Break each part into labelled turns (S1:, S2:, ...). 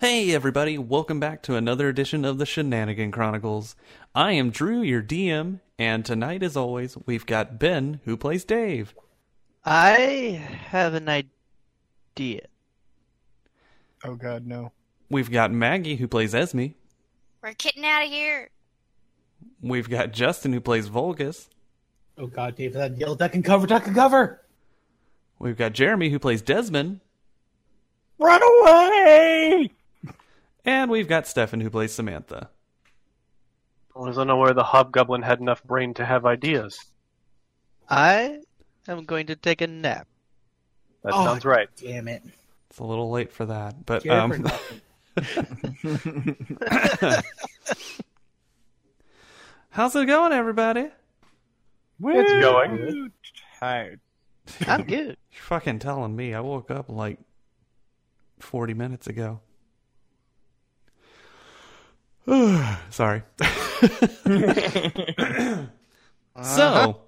S1: Hey, everybody, welcome back to another edition of the Shenanigan Chronicles. I am Drew, your DM, and tonight, as always, we've got Ben, who plays Dave.
S2: I have an idea.
S3: Oh God, no.
S1: We've got Maggie, who plays Esme.
S4: We're getting out of here.
S1: We've got Justin, who plays Vulgus.
S5: Oh god, Dave, that yellow duck and cover, duck and cover.
S1: We've got Jeremy, who plays Desmond.
S5: Run away!
S1: And we've got Stefan, who plays Samantha.
S6: As long as I know where the hobgoblin had enough brain to have ideas.
S2: I am going to take a nap.
S6: That sounds right.
S5: Damn it.
S1: It's a little late for that, but
S5: Care for
S1: um,
S5: nothing.
S1: how's it going, everybody? You
S6: It's going.
S3: Woo, Tired.
S2: I'm good.
S1: fucking telling me. I woke up like 40 minutes ago. Sorry.
S3: Uh-huh.
S1: So,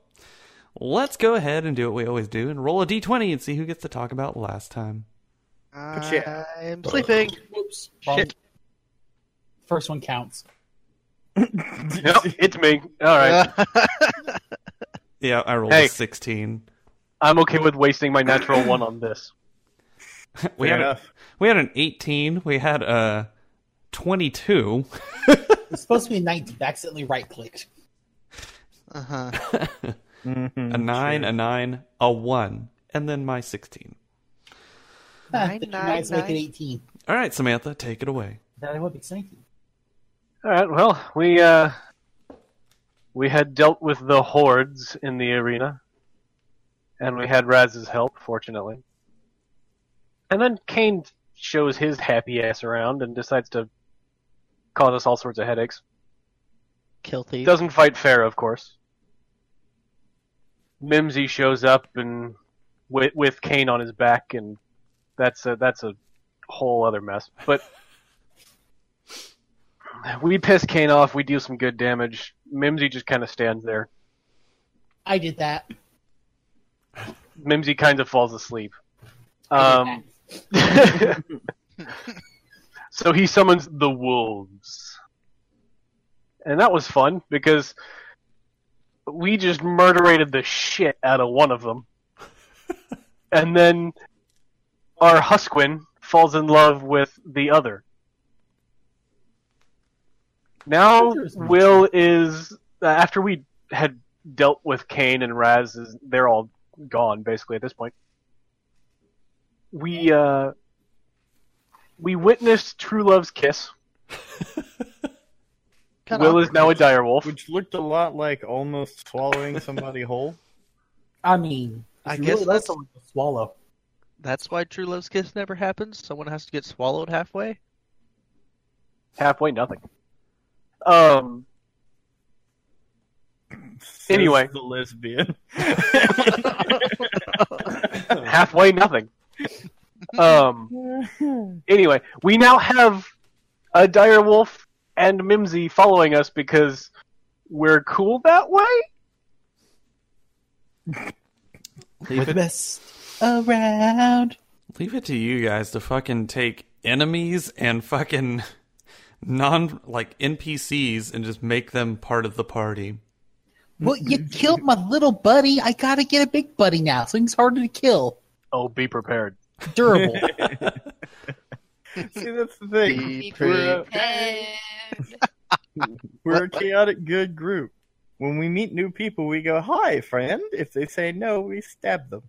S1: let's go ahead and do what we always do and roll a d20 and see who gets to talk about last time.
S2: I'm sleeping.
S5: Wrong-
S2: Shit.
S5: First one counts.
S6: Nope, it's me. All right.
S1: Yeah, I rolled
S6: Hey.
S1: a 16.
S6: I'm okay with wasting my natural one on this.
S1: We
S3: Fair
S1: had, a,
S3: enough.
S1: we had an 18. We had a 22.
S5: It's supposed to be 19, but I accidentally right clicked.
S2: Uh-huh.
S3: Mm,
S1: a 9, a 9, a 1, and then my 16.
S2: Nine, nine,
S5: nice, make
S2: nine.
S5: it 18.
S1: All right, Samantha, take it away.
S5: That would be 19.
S6: All right. Well, we uh, we had dealt with the hordes in the arena, and we had Raz's help, fortunately. And then Kane shows his happy ass around and decides to cause us all sorts of headaches.
S2: Kill thieves.
S6: Doesn't fight fair, of course. Mimsy shows up and with, with Kane on his back, and that's a that's a whole other mess. But we piss Kane off. We do some good damage. Mimsy just kind of stands there.
S5: I did that.
S6: Mimsy kind of falls asleep.
S5: I did
S6: Um, so he summons the wolves. And that was fun because we just murderated the shit out of one of them. and then our Husquin falls in love with the other. Now
S5: Interesting.
S6: Will is uh, after we had dealt with Kane and Raz is they're all gone basically at this point. We uh we witnessed true love's kiss.
S2: Cut
S6: Will
S2: off.
S6: is now a direwolf.
S3: Which looked a lot like almost swallowing somebody whole.
S5: I mean,
S2: I
S5: I guess
S2: guess
S5: really let
S2: that's-
S5: someone just swallow.
S2: That's why true love's kiss never happens. Someone has to get swallowed halfway.
S6: Halfway nothing. Um
S3: Says
S6: Anyway.
S3: the lesbian.
S6: halfway nothing. Um anyway, we now have a direwolf and Mimsy following us because we're cool that way?
S5: We're the best around.
S1: Leave it to you guys to fucking take enemies and fucking non like NPCs and just make them part of the party.
S5: Well, you killed my little buddy. I gotta get a big buddy now. Something's harder to kill.
S6: Oh, be prepared.
S5: Durable.
S3: See, that's the thing.
S2: Be
S3: We're a,
S4: Prepared.
S3: we're a chaotic good group. When we meet new people, we go, "Hi, friend." If they say no, we stab them.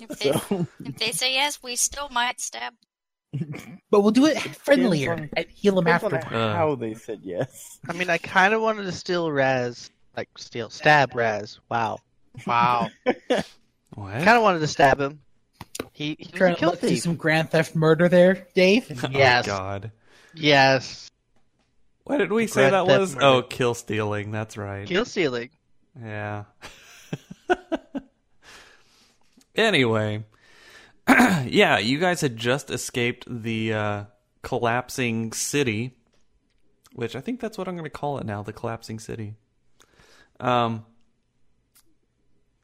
S4: if, they, if they say yes, we still might stab.
S5: but we'll do it friendlier
S3: on-
S5: and heal him
S3: Depends on
S5: afterwards.
S1: Uh.
S3: how they said yes.
S2: I mean, I kind of wanted to steal Raz. Like, steal. Stab Raz. Wow. Wow.
S1: What?
S2: kind of wanted to stab him. He, he was
S5: Trying
S2: a
S5: to
S2: kill
S5: look through
S2: thief.
S5: some grand theft murder there, Dave.
S1: Oh,
S2: Yes.
S1: God.
S2: Yes.
S1: What did we say
S2: Grand
S1: that
S2: Theft
S1: was?
S2: Murder.
S1: Oh, kill stealing. That's right.
S2: Kill stealing.
S1: Yeah. anyway, yeah, you guys had just escaped the uh, collapsing city, which I think that's what I'm going to call it now, the collapsing city. Um,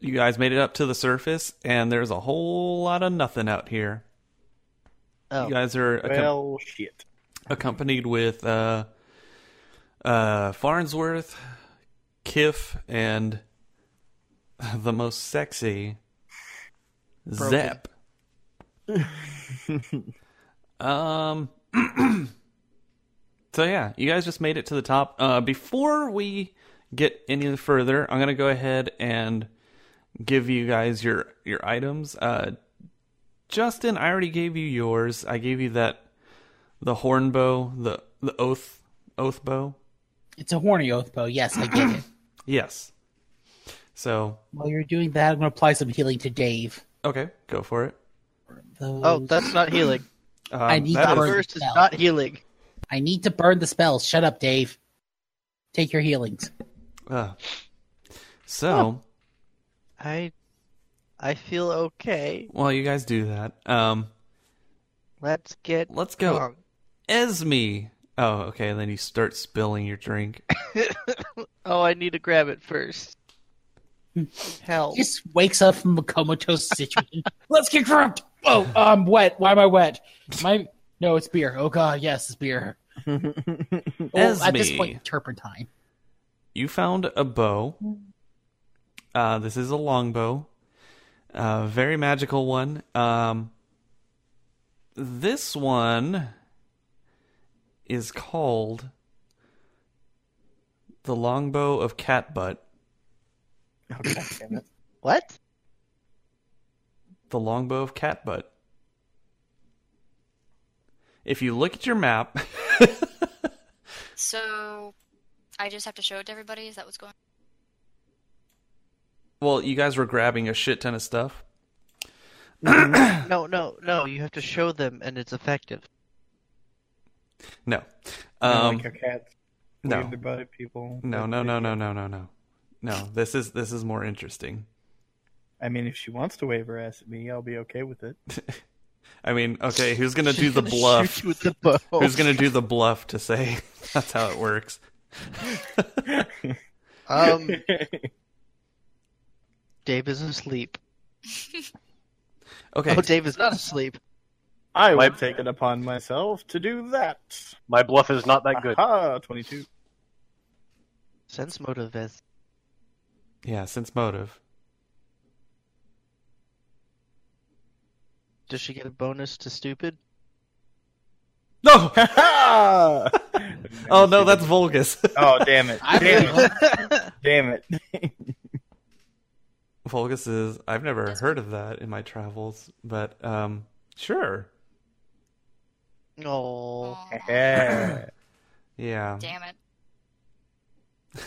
S1: you guys made it up to the surface, and there's a whole lot of nothing out here.
S2: Oh,
S1: You guys are accom-
S3: Well, shit.
S1: accompanied with uh, uh, Farnsworth, Kiff, and the most sexy Zep. um. so yeah, you guys just made it to the top. Uh, before we get any further, I'm gonna go ahead and give you guys your your items. Uh, Justin, I already gave you yours. I gave you that the horn bow, the the oath oath bow.
S5: It's a horny oath bow. Yes, I get it.
S1: Yes. So
S5: While you're doing that, I'm going to apply some healing to Dave.
S1: okay, go for it.
S5: Those-
S2: oh, that's not healing.
S1: Um,
S5: I need
S1: that
S5: to
S2: That
S5: burn
S1: is-
S2: first is
S5: spell.
S2: not healing.
S5: I need to burn the spells. Shut up, Dave. Take your healings.
S1: uh, so
S2: I, I feel okay.
S1: while you guys do that, um,
S2: Let's get
S1: let's go.
S2: drunk.
S1: Esme. Oh, okay. Then you start spilling your drink.
S2: Oh, I need to grab it first.
S5: Hmm.
S2: Hell.
S5: He just wakes up from a comatose situation. Let's get drunk. Oh, I'm wet. Why am I wet? My no, it's beer. Oh god, yes, it's beer. Well, at this
S1: Esme.
S5: point, turpentine.
S1: You found a bow. Uh, this is a longbow, uh, very magical one. Um, this one is called the longbow of Catbutt.
S3: Oh, God damn it.
S2: What?
S1: The longbow of Catbutt. If you look at your map,
S4: So, I just have to show it to everybody. Is that what's going?
S1: well, you guys were grabbing a shit ton of stuff.
S2: No, no, no. You have to show them, and it's effective.
S1: No,
S3: Um,
S1: um,
S3: like a cat.
S1: no.
S3: Leave the body people.
S1: no, no, no, no, no, no, no, no. This is this is more interesting.
S3: I mean, if she wants to wave her ass at me, I'll be okay with it.
S1: I mean, okay, who's gonna do the
S2: Gonna Shoot
S1: bluff?
S2: you with the bow.
S1: Who's gonna do the bluff to say that's how it works?
S2: Um, Dave is asleep.
S1: Okay,
S2: Oh, Dave is not asleep.
S3: I
S6: My-
S3: would take it upon myself to do that.
S6: My bluff is not that good.
S3: Aha, 22.
S2: Sense motive is
S1: yeah, since motive.
S2: Does she get a bonus to stupid?
S6: Oh.
S1: No,
S3: Ha
S1: oh no, that's Vulgus.
S3: Oh, damn it.
S5: I
S3: Damn it.
S5: will.
S3: Damn it.
S1: Vulgus is. I've never heard of that in my travels, but um, sure,
S2: Oh,
S4: Oh,
S3: Yeah.
S1: yeah.
S4: damn it!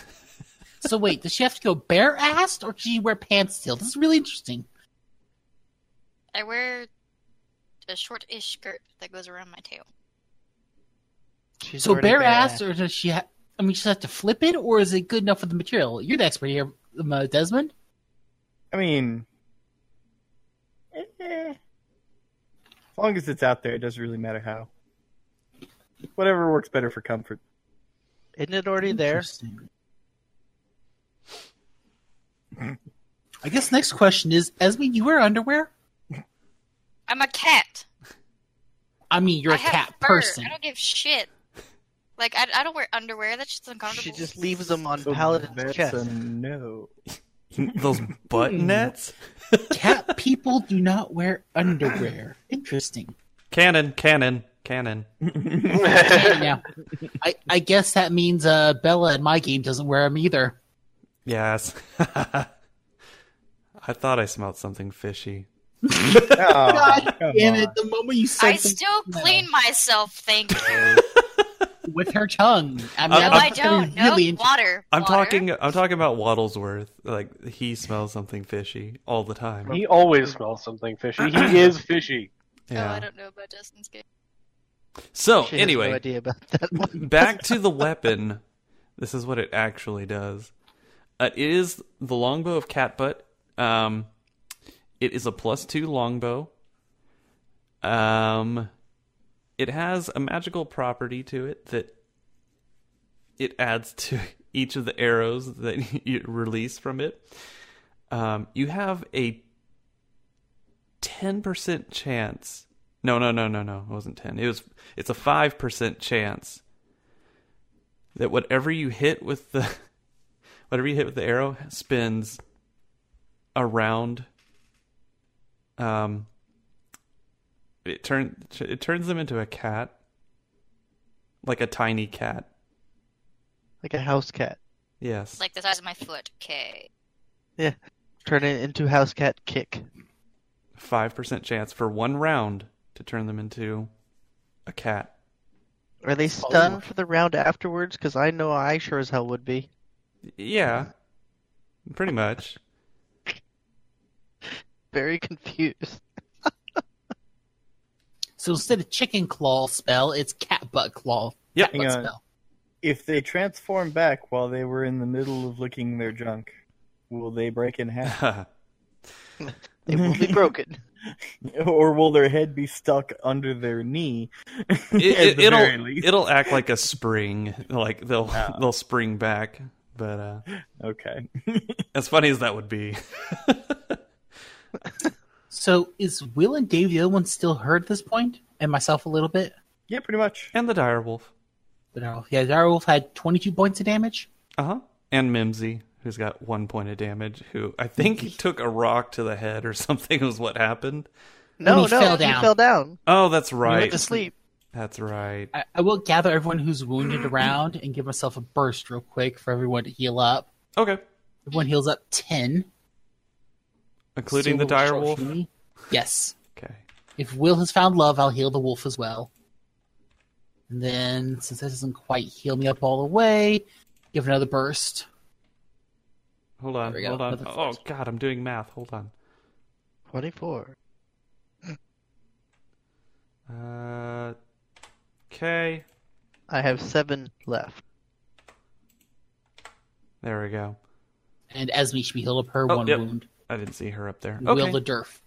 S5: so wait, does she have to go bare assed or does she wear pants still? This is really interesting.
S4: I wear a short-ish skirt that goes around my tail.
S2: she's
S5: so
S2: already
S5: bare
S2: bad.
S5: assed or does she? Ha- I mean, she has to flip it, or is it good enough for the material? You're the expert here, um, uh, Desmond.
S3: I mean, eh. as long as it's out there, it doesn't really matter how. Whatever works better for comfort.
S2: Isn't it already there?
S5: Interesting. I guess next question is, Esme, you wear underwear?
S4: I'm a cat.
S5: I mean, you're
S4: I
S5: a
S4: have
S5: cat
S4: fur.
S5: person.
S4: I don't give shit. Like I, I don't wear underwear. That's just uncomfortable.
S2: She just leaves them on Paladin's
S3: that's
S2: chest.
S3: a no.
S1: Those butt nets.
S5: Cat people do not wear underwear. Interesting.
S1: Cannon, cannon, cannon.
S5: Now, I, I guess that means uh, Bella in my game doesn't wear them either.
S1: Yes. I thought I smelled something fishy.
S3: Oh,
S5: God
S3: come
S5: damn
S3: on.
S5: it! The moment you said
S4: I
S5: the-
S4: still
S5: No.
S4: clean myself. Thank you.
S5: with her tongue,
S1: Uh,
S5: I mean,
S4: No,
S1: I'm-
S4: I don't. No
S5: Really interesting.
S4: water.
S1: I'm
S4: water.
S1: talking. I'm talking about Waddlesworth. Like he smells something fishy all the time.
S6: He always smells something fishy. He is fishy.
S4: Oh, I
S1: Yeah.
S4: don't know about Justin's game.
S1: So
S2: She has no
S1: Oh, anyway,
S2: idea about that one.
S1: back to the weapon. This is what it actually does. Uh, it is the longbow of Catbutt. Um, it is a plus two longbow. Um, it has a magical property to it that it adds to each of the arrows that you release from it. Um, you have a 10% chance No, no, no, no, no. It wasn't ten. It was. It's a five percent chance that whatever you hit with the, whatever you hit with the arrow spins around. Um. It turn it turns them into a cat, like a tiny cat.
S2: Like a house cat.
S1: Yes.
S4: It's like the size of my foot. Okay.
S2: Turn it into house cat kick.
S1: five percent chance for one round to turn them into a cat.
S2: Are they stunned for the round afterwards? Because I know I sure as hell would be.
S1: Yeah, pretty much.
S2: Very confused.
S5: So instead of chicken claw spell, it's cat butt claw.
S1: Yep.
S5: Cat
S3: Hang
S5: butt
S3: on.
S5: spell.
S3: If they transform back while they were in the middle of licking their junk, will they break in half?
S2: It will be broken.
S3: or will their head be stuck under their knee?
S1: it,
S3: the very
S1: will
S3: least.
S1: it'll act like a spring, like they'll
S3: Ah.
S1: they'll spring back. But uh,
S3: Okay.
S1: as funny as that would be,
S5: So is Will and Dave the other one still hurt at this point? And myself a little bit.
S3: yeah, pretty much.
S1: and the direwolf,
S5: But no, yeah, Direwolf had 22 points of damage.
S1: uh huh, and Mimsy, who's got one point of damage, who I think he took a rock to the head or something was what happened.
S2: No,
S5: he
S2: no,
S5: fell
S2: he
S5: down.
S2: fell down.
S1: Oh, that's
S2: He
S1: right.
S2: went to sleep.
S1: That's right.
S5: I, I will gather everyone who's wounded around and give myself a burst real quick for everyone to heal up.
S1: Okay,
S5: Everyone heals up 10.
S1: including the
S5: Still a little
S1: direwolf.
S5: short for me. Yes.
S1: Okay.
S5: If Will has found love, I'll heal the wolf as well. And then, since that doesn't quite heal me up all the way, give another burst.
S1: Hold on,
S5: There we go.
S1: hold on.
S5: Another
S1: Oh
S5: force.
S1: god, I'm doing math. Hold on.
S2: 24.
S1: Uh, okay.
S2: I have seven left.
S1: There we go.
S5: And Esme should be healed up her
S1: Oh,
S5: one
S1: yep.
S5: wound.
S1: I didn't see her up there.
S5: And
S1: Okay.
S5: Will the derf.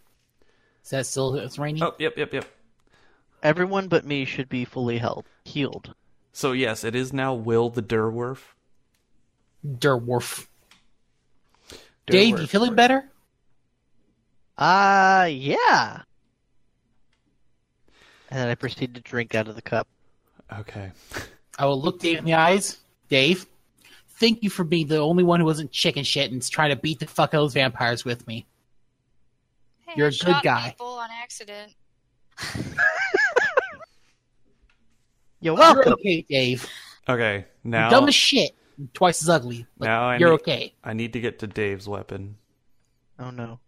S5: Is that still it's raining?
S1: oh, yep, yep, yep.
S2: Everyone but me should be fully healed. Healed.
S1: So yes, it is now Will the Derwerf.
S5: Derwolf. Dave, you feeling better?
S2: Ah, yeah. And then I proceed to drink out of the cup.
S1: Okay.
S5: I will look Dave in the eyes. Dave, thank you for being the only one who wasn't chicken shit and is trying to beat the fuck out of those vampires with me.
S4: Hey,
S5: You're
S4: I
S5: a good
S4: shot
S5: guy.
S4: People on accident.
S2: You're
S5: You're
S2: welcome.
S5: okay, Dave.
S1: Okay.
S5: You're
S1: Now
S5: dumb as shit. Twice as ugly. but
S1: Now I
S5: you're
S1: need-
S5: okay.
S1: I need to get to Dave's weapon.
S2: Oh no,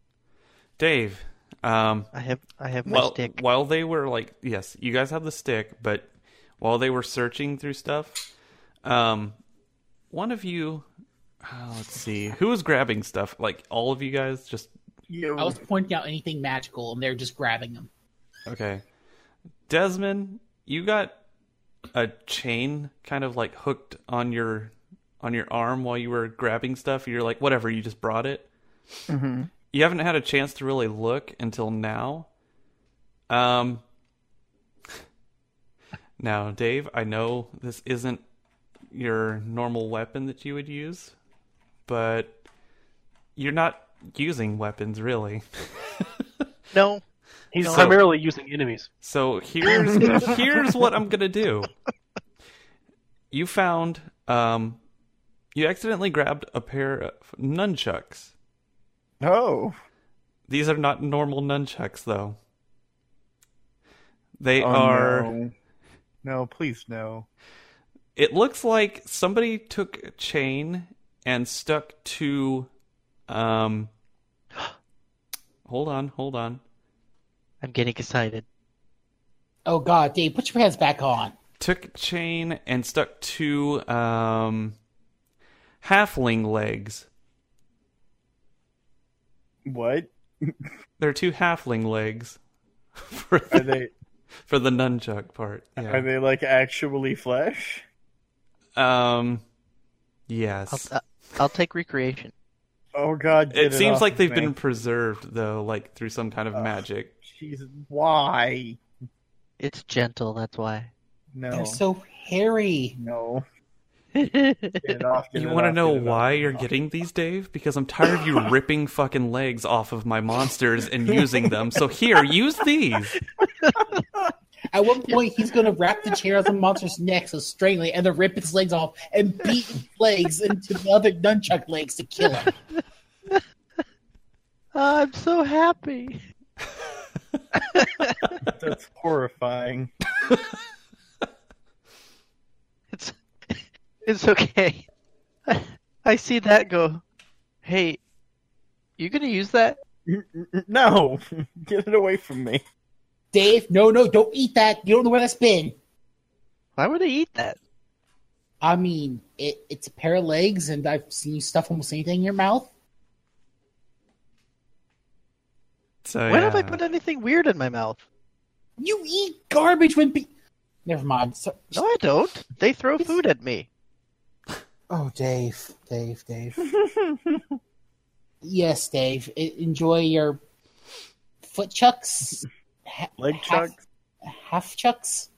S1: Dave. Um.
S2: I have I have my
S1: While
S2: stick.
S1: while they were like, yes, you guys have the stick, but while they were searching through stuff, um, one of you. Uh, let's see. Who was grabbing stuff? Like all of you guys, just
S5: I was pointing out anything magical, and they're just grabbing them.
S1: Okay. Desmond, you got a chain kind of like hooked on your on your arm while you were grabbing stuff. You're like, whatever, you just brought it.
S3: Mhm.
S1: You haven't had a chance to really look until now. Um Now, Dave, I know this isn't your normal weapon that you would use, but you're not using weapons really.
S2: No,
S6: He's
S2: No.
S6: primarily using enemies.
S1: So here's here's what I'm gonna do. You found um, you accidentally grabbed a pair of nunchucks.
S3: Oh.
S1: These are not normal nunchucks, though. They
S3: Oh,
S1: are.
S3: No. No, please no.
S1: It looks like somebody took a chain and stuck to. Um, hold on, hold on.
S2: I'm getting excited.
S5: Oh God, Dave, put your pants back on.
S1: Took a chain and stuck to um, halfling legs.
S3: What?
S1: They're two halfling legs for
S3: Are
S1: the,
S3: they
S1: for the nunchuck part. Yeah.
S3: are they like actually flesh?
S1: Um,
S2: I'll,
S1: yes.
S2: uh, I'll take recreation.
S3: Oh god, get
S1: It seems
S3: off Uh,
S1: like
S3: of
S1: they've
S3: me.
S1: been preserved though, like through some kind of magic.
S3: Jeez, why?
S2: It's gentle, that's why.
S3: No.
S5: They're so hairy.
S3: No. Get it off, get
S1: You
S3: it
S1: want to
S3: off,
S1: know
S3: get it off,
S1: why
S3: get it
S1: you're
S3: off.
S1: getting these, Dave? Because I'm tired of you ripping fucking legs off of my monsters and using them. So here, use these.
S5: At one point, he's going to wrap the chair around the monster's neck so strangely, and then rip its legs off and beat its legs into the other nunchuck legs to kill him.
S2: I'm so happy.
S3: That's horrifying.
S2: It's it's okay. I, I see that go. Hey, you gonna use that?
S3: No, get it away from me.
S5: Dave, no, no, don't eat that. You don't know where that's been.
S2: Why would I eat that?
S5: I mean, it, it's a pair of legs, and I've seen you stuff almost anything in your mouth.
S1: So
S2: Why don't I
S1: Oh, yeah.
S2: put anything weird in my mouth?
S5: You eat garbage when. Be- Never mind. So-
S2: No, I don't. They throw food at me.
S5: oh, Dave, Dave, Dave. yes, Dave. e- enjoy your foot chucks, ha-
S3: Leg
S5: half-
S3: chucks.
S5: half chucks.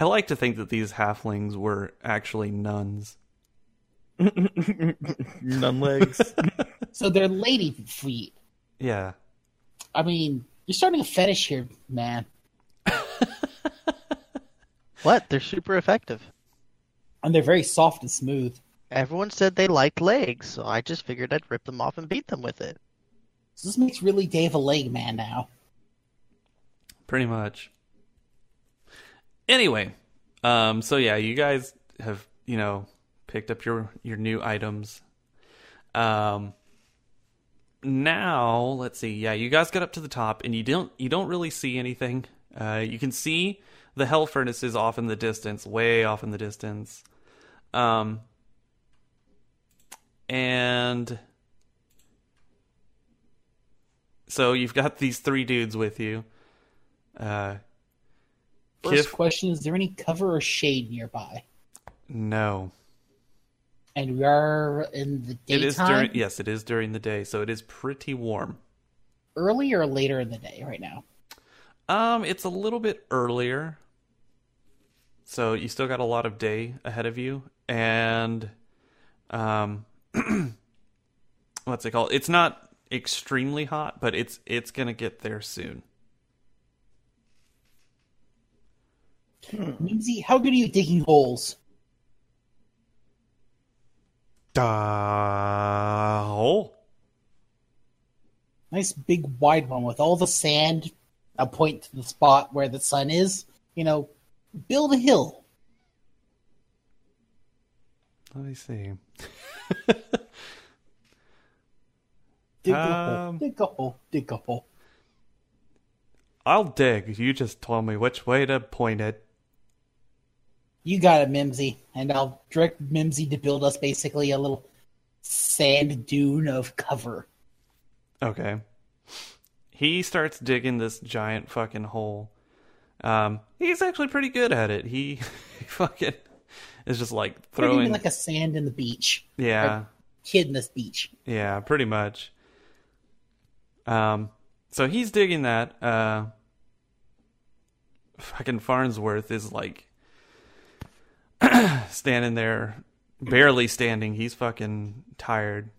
S1: I like to think that these halflings were actually nuns.
S3: None legs.
S5: So they're lady feet.
S1: Yeah.
S5: I mean, you're starting a fetish here, man.
S2: What? They're super effective.
S5: And they're very soft and smooth.
S2: Everyone said they liked legs, so I just figured I'd rip them off and beat them with it.
S5: So this makes really Dave a leg man now.
S1: Pretty much. Anyway, um, so yeah, you guys have you know picked up your your new items. Um, now let's see. Yeah, you guys got up to the top, and you don't you don't really see anything. Uh, you can see the hell furnaces off in the distance, way off in the distance. Um, and so you've got these three dudes with you. Uh,
S5: First
S1: Kif-
S5: question is there any cover or shade nearby?
S1: no.
S5: And we are in the daytime.
S1: It is during yes, it is during the day, so it is pretty warm.
S5: Early or later in the day right now?
S1: Um, it's a little bit earlier. So you still got a lot of day ahead of you and um what's it called? It's not extremely hot, but it's it's going to get there soon.
S5: Mimsy, how good are you digging holes?
S1: Da hole.
S5: Nice big wide one with all the sand, a point to the spot where the sun is. You know, build a hill.
S1: Let me see.
S5: Dig a hole,
S1: Um.
S5: dig a hole, dig a hole.
S1: I'll dig. You just told me which way to point it.
S5: You got it, Mimsy. And I'll direct Mimsy to build us basically a little sand dune of cover.
S1: Okay. He starts digging this giant fucking hole. Um, he's actually pretty good at it. He, he fucking is just like
S5: Maybe
S1: throwing.
S5: like a sand in the beach.
S1: yeah,
S5: Kid in this beach.
S1: yeah, pretty much. Um, so he's digging that. Uh, fucking Farnsworth is like standing there, barely standing. He's fucking tired.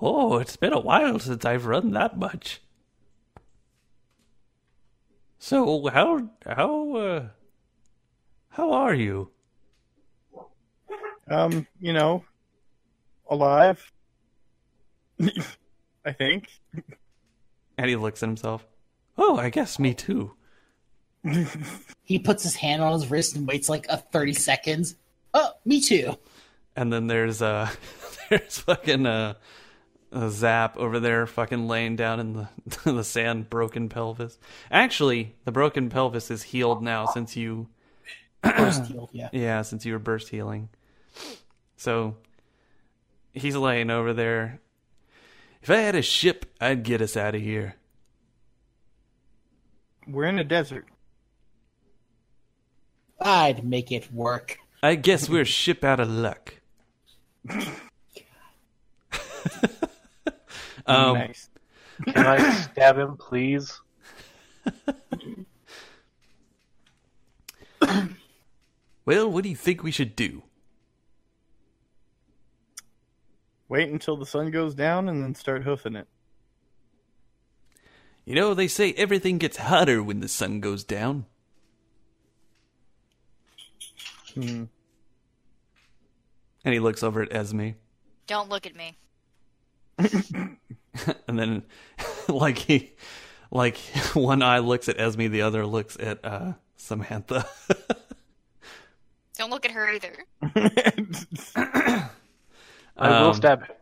S1: Oh, it's been a while since I've run that much. So how how uh, how are you?
S3: um, you know, alive. I think.
S1: And he looks at himself. Oh, I guess me too.
S5: He puts his hand on his wrist and waits like a 30 seconds. Oh, me too.
S1: And then there's uh there's fucking uh, a zap over there fucking laying down in the the sand broken pelvis. Actually, the broken pelvis is healed now since you
S5: First deal, yeah.
S1: yeah, since you were burst healing. So he's laying over there. If I had a ship, I'd get us out of here.
S3: We're in a desert.
S5: I'd make it work.
S1: I guess we're ship out of luck. um,
S3: nice.
S6: Can I stab him, please?
S1: Well, what do you think we should do?
S3: Wait until the sun goes down and then start hoofing it.
S1: You know, they say everything gets hotter when the sun goes down.
S3: Hmm.
S1: And he looks over at Esme.
S4: Don't look at me.
S1: and then like he like one eye looks at Esme, the other looks at uh Samantha.
S4: Don't look at her either.
S6: I will
S1: Um,
S6: stab him.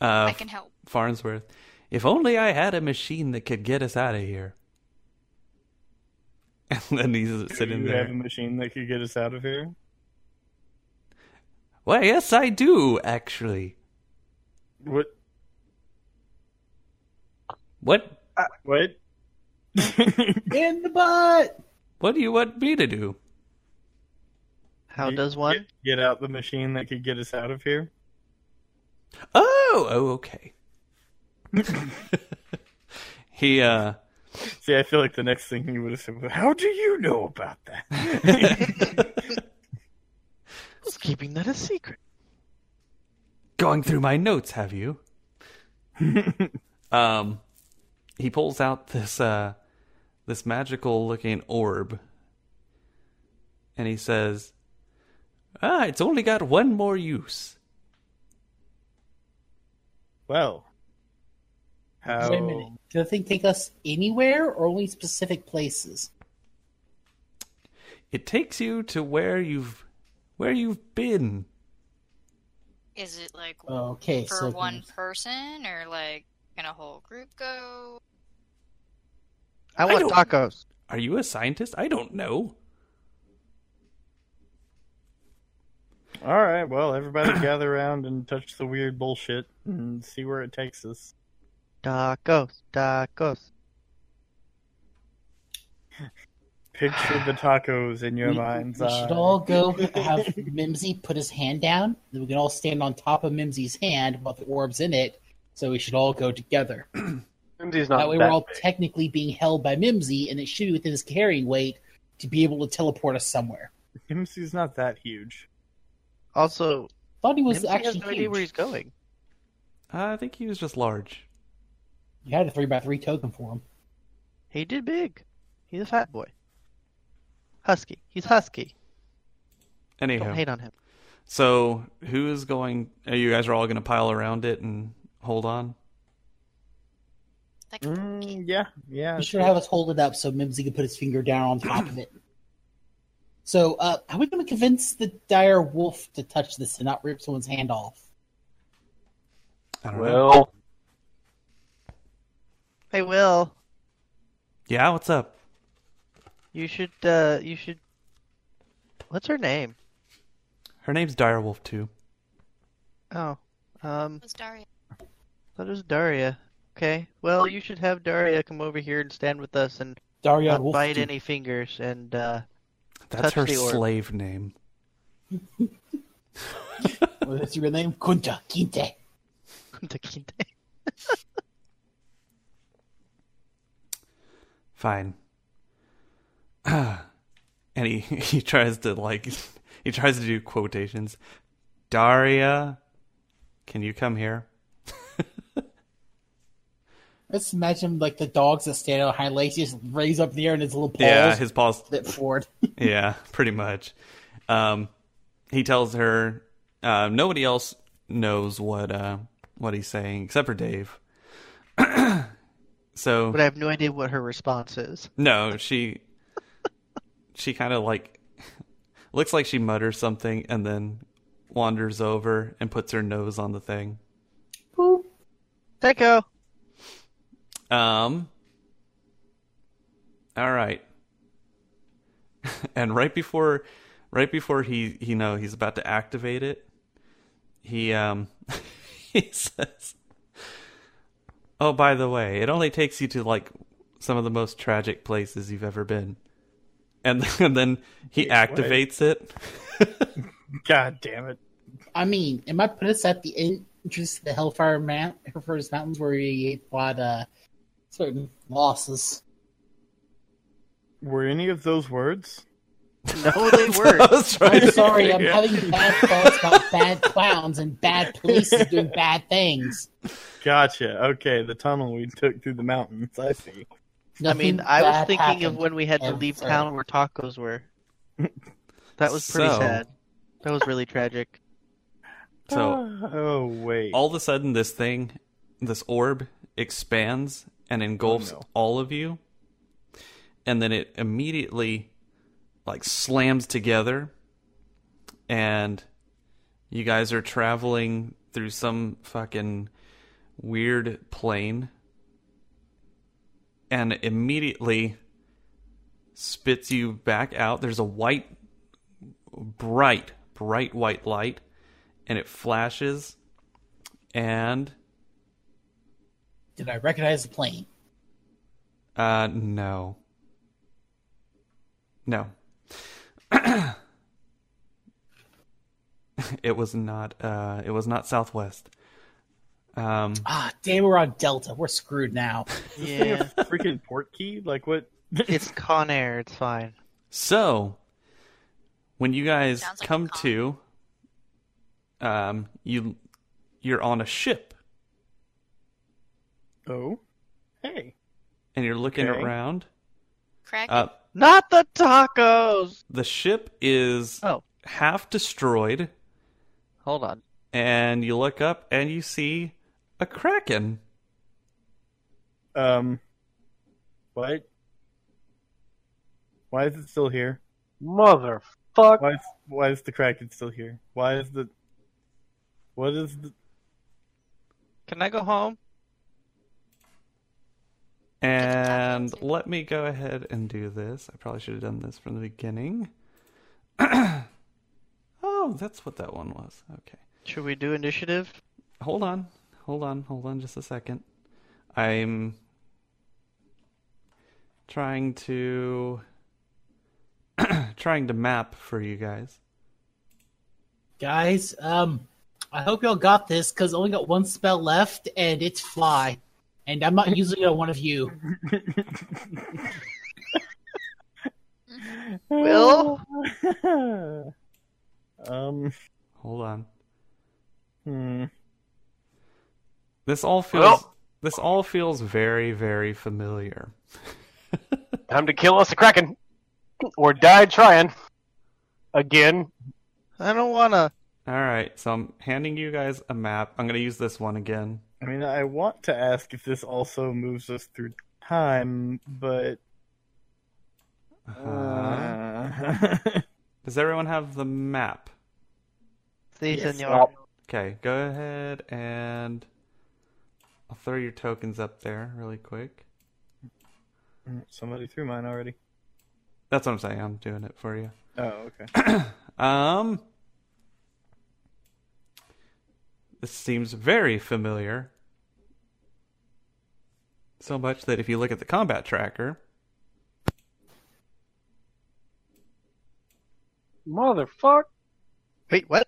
S1: uh
S4: I can help.
S1: Farnsworth. If only I had a machine that could get us out of here. And then he's
S3: Do
S1: sitting
S3: you have a
S1: there.
S3: machine that could get us out of here?
S1: Why, yes, I do, actually.
S3: What?
S1: What
S3: What?
S5: In the butt.
S1: what do you want me to do?
S2: How does one?
S3: Get, get out the machine that could get us out of here.
S1: Oh, oh, okay. he uh
S3: See, I feel like the next thing he would have said was, "How do you know about that?"
S2: Who's keeping that a secret?
S1: going through my notes, have you? um, he pulls out this uh, this magical looking orb, and he says, "Ah, it's only got one more use."
S3: well,
S2: Oh.
S3: how?
S5: Wait a minute. Did the thing take us anywhere or only specific places?
S1: It takes you to where you've where you've been.
S4: Is it like
S5: Okay,
S4: for
S5: Oh, so
S4: one person or like can a whole group go?
S2: I want
S1: don't-
S2: tacos.
S1: Are you a scientist? I don't know.
S3: All right, well, everybody gather around and touch the weird bullshit and see where it takes us.
S2: Tacos. Tacos.
S3: Picture the tacos in your
S5: we,
S3: mind's
S5: we
S3: eye.
S5: should all go have Mimsy put his hand down. Then we can all stand on top of Mimsy's hand while the orb's in it. So we should all go together.
S6: Mimsy's not
S5: That way,
S6: that
S5: we're all
S6: big.
S5: technically being held by Mimsy, and it should be within his carrying weight to be able to teleport us somewhere.
S3: MC's not that huge.
S2: Also,
S5: Thought he was
S2: Nimsy has
S5: actually
S2: no idea where
S5: huge.
S2: he's going.
S1: Uh, I think he was just large.
S5: You had a three by three token for him.
S2: He did big. He's a fat boy. Husky. He's husky. Don't
S1: Anyhow,
S2: hate on him.
S1: so who is going? Are you guys are all going to pile around it and hold on.
S4: Like,
S3: Mm, yeah, yeah.
S5: You should have us hold it up so Mimsy can put his finger down on top of it. So, uh, how are we going to convince the dire wolf to touch this and not rip someone's hand off?
S1: I don't know.
S6: Well,
S2: Hey, Will.
S1: Yeah, what's up?
S2: You should, uh, you should. What's her name?
S1: Her name's Direwolf too.
S2: Oh, um,
S4: who's Daria?
S2: that is Daria. Okay. Well, you should have Daria come over here and stand with us and
S5: Daria
S2: not
S5: Wolf.
S2: bite
S5: dude.
S2: any fingers. And uh,
S1: That's
S2: Touch
S1: her
S2: the orb.
S1: slave name.
S5: Well, What's your real name? Kunta Kinte.
S2: Taquinte.
S1: Fine. and he he tries to like he tries to do quotations. Daria, can you come here?
S5: Let's imagine like the dogs that stand out high legs just raise up in the air and his little paws
S1: Yeah, his paws.
S5: flip forward.
S1: yeah, pretty much. Um, he tells her uh, nobody else knows what uh, what he's saying except for Dave. so
S2: But I have no idea what her response is.
S1: No, she she kind of like looks like she mutters something and then wanders over and puts her nose on the thing.
S2: Taco.
S1: Um All right. and right before right before he you know he's about to activate it, he um he says Oh, by the way, it only takes you to like some of the most tragic places you've ever been. And, and then he
S3: Wait, what?
S1: activates it.
S3: God damn it.
S5: I mean, it might put us at the entrance to the Hellfire Mount, Hellfire's Mountains, where we fought uh, certain losses.
S3: Were any of those words?
S2: No, they
S1: I
S2: were.
S1: was trying
S5: I'm
S1: to
S5: sorry, I'm
S1: figure-
S5: having bad thoughts about bad clowns and bad police doing bad things.
S3: Gotcha. Okay, the tunnel we took through the mountains. I see.
S2: I
S5: Nothing
S2: mean, I was
S5: bad
S2: thinking of
S5: happened.
S2: when we had to
S5: and
S2: leave
S5: so-
S2: town where tacos were. That was pretty
S1: So-
S2: sad. That was really tragic.
S1: So
S3: Ah, oh wait.
S1: all of a sudden, this thing, this orb, expands and engulfs
S3: Oh, no.
S1: all of you, and then it immediately, like, slams together, and you guys are traveling through some fucking weird plane, and immediately spits you back out. There's a white, bright, bright white light, and it flashes and
S5: Did I recognize the plane?
S1: uh no. No. it was not uh it was not southwest. Um
S5: Ah, damn, we're on Delta. We're screwed now.
S2: Yeah,
S3: freaking port key? Like what?
S2: it's Con Air. It's fine.
S1: so when you guys
S4: Sounds like a
S1: come
S4: con.
S1: to um you you're on a ship
S3: Oh, hey.
S1: and you're looking
S3: Okay.
S1: around.
S4: Crack.
S1: Uh
S2: Not the tacos.
S1: the ship is
S2: Oh,
S1: half destroyed
S2: hold on.
S1: and you look up and you see a kraken.
S3: Um, what? Why is it still here?
S6: Motherfuck.
S3: Why is why is the Kraken still here? Why is the what is the
S2: Can I go home?
S1: And
S4: That's-
S1: let me go ahead and do this. I probably should have done this from the beginning. oh, that's what that one was. Okay.
S2: Should we do initiative?
S1: Hold on. Hold on. Hold on just a second. I'm trying to trying to map for you guys.
S5: Guys, um, I hope y'all got this because I only got one spell left and it's fly. And I'm not using it on one of you.
S2: Will?
S3: um
S1: Hold on.
S3: hmm.
S1: This all feels
S6: Well-
S1: this all feels very very familiar.
S6: Time to kill us a kraken, or die trying. Again,
S2: I don't wanna.
S1: All right, so I'm handing you guys a map. I'm going to use this one again.
S3: I mean I want to ask if this also moves us through time, but
S1: Uh,
S3: uh,
S1: Does everyone have the map?
S2: See,
S3: Yes.
S2: senor.
S1: Okay, go ahead and I'll throw your tokens up there really quick.
S3: somebody threw mine already.
S1: That's what I'm saying. I'm doing it for you.
S3: Oh, okay.
S1: Um, this seems very familiar. So much that if you look at the combat tracker,
S6: motherfuck.
S2: Wait, what?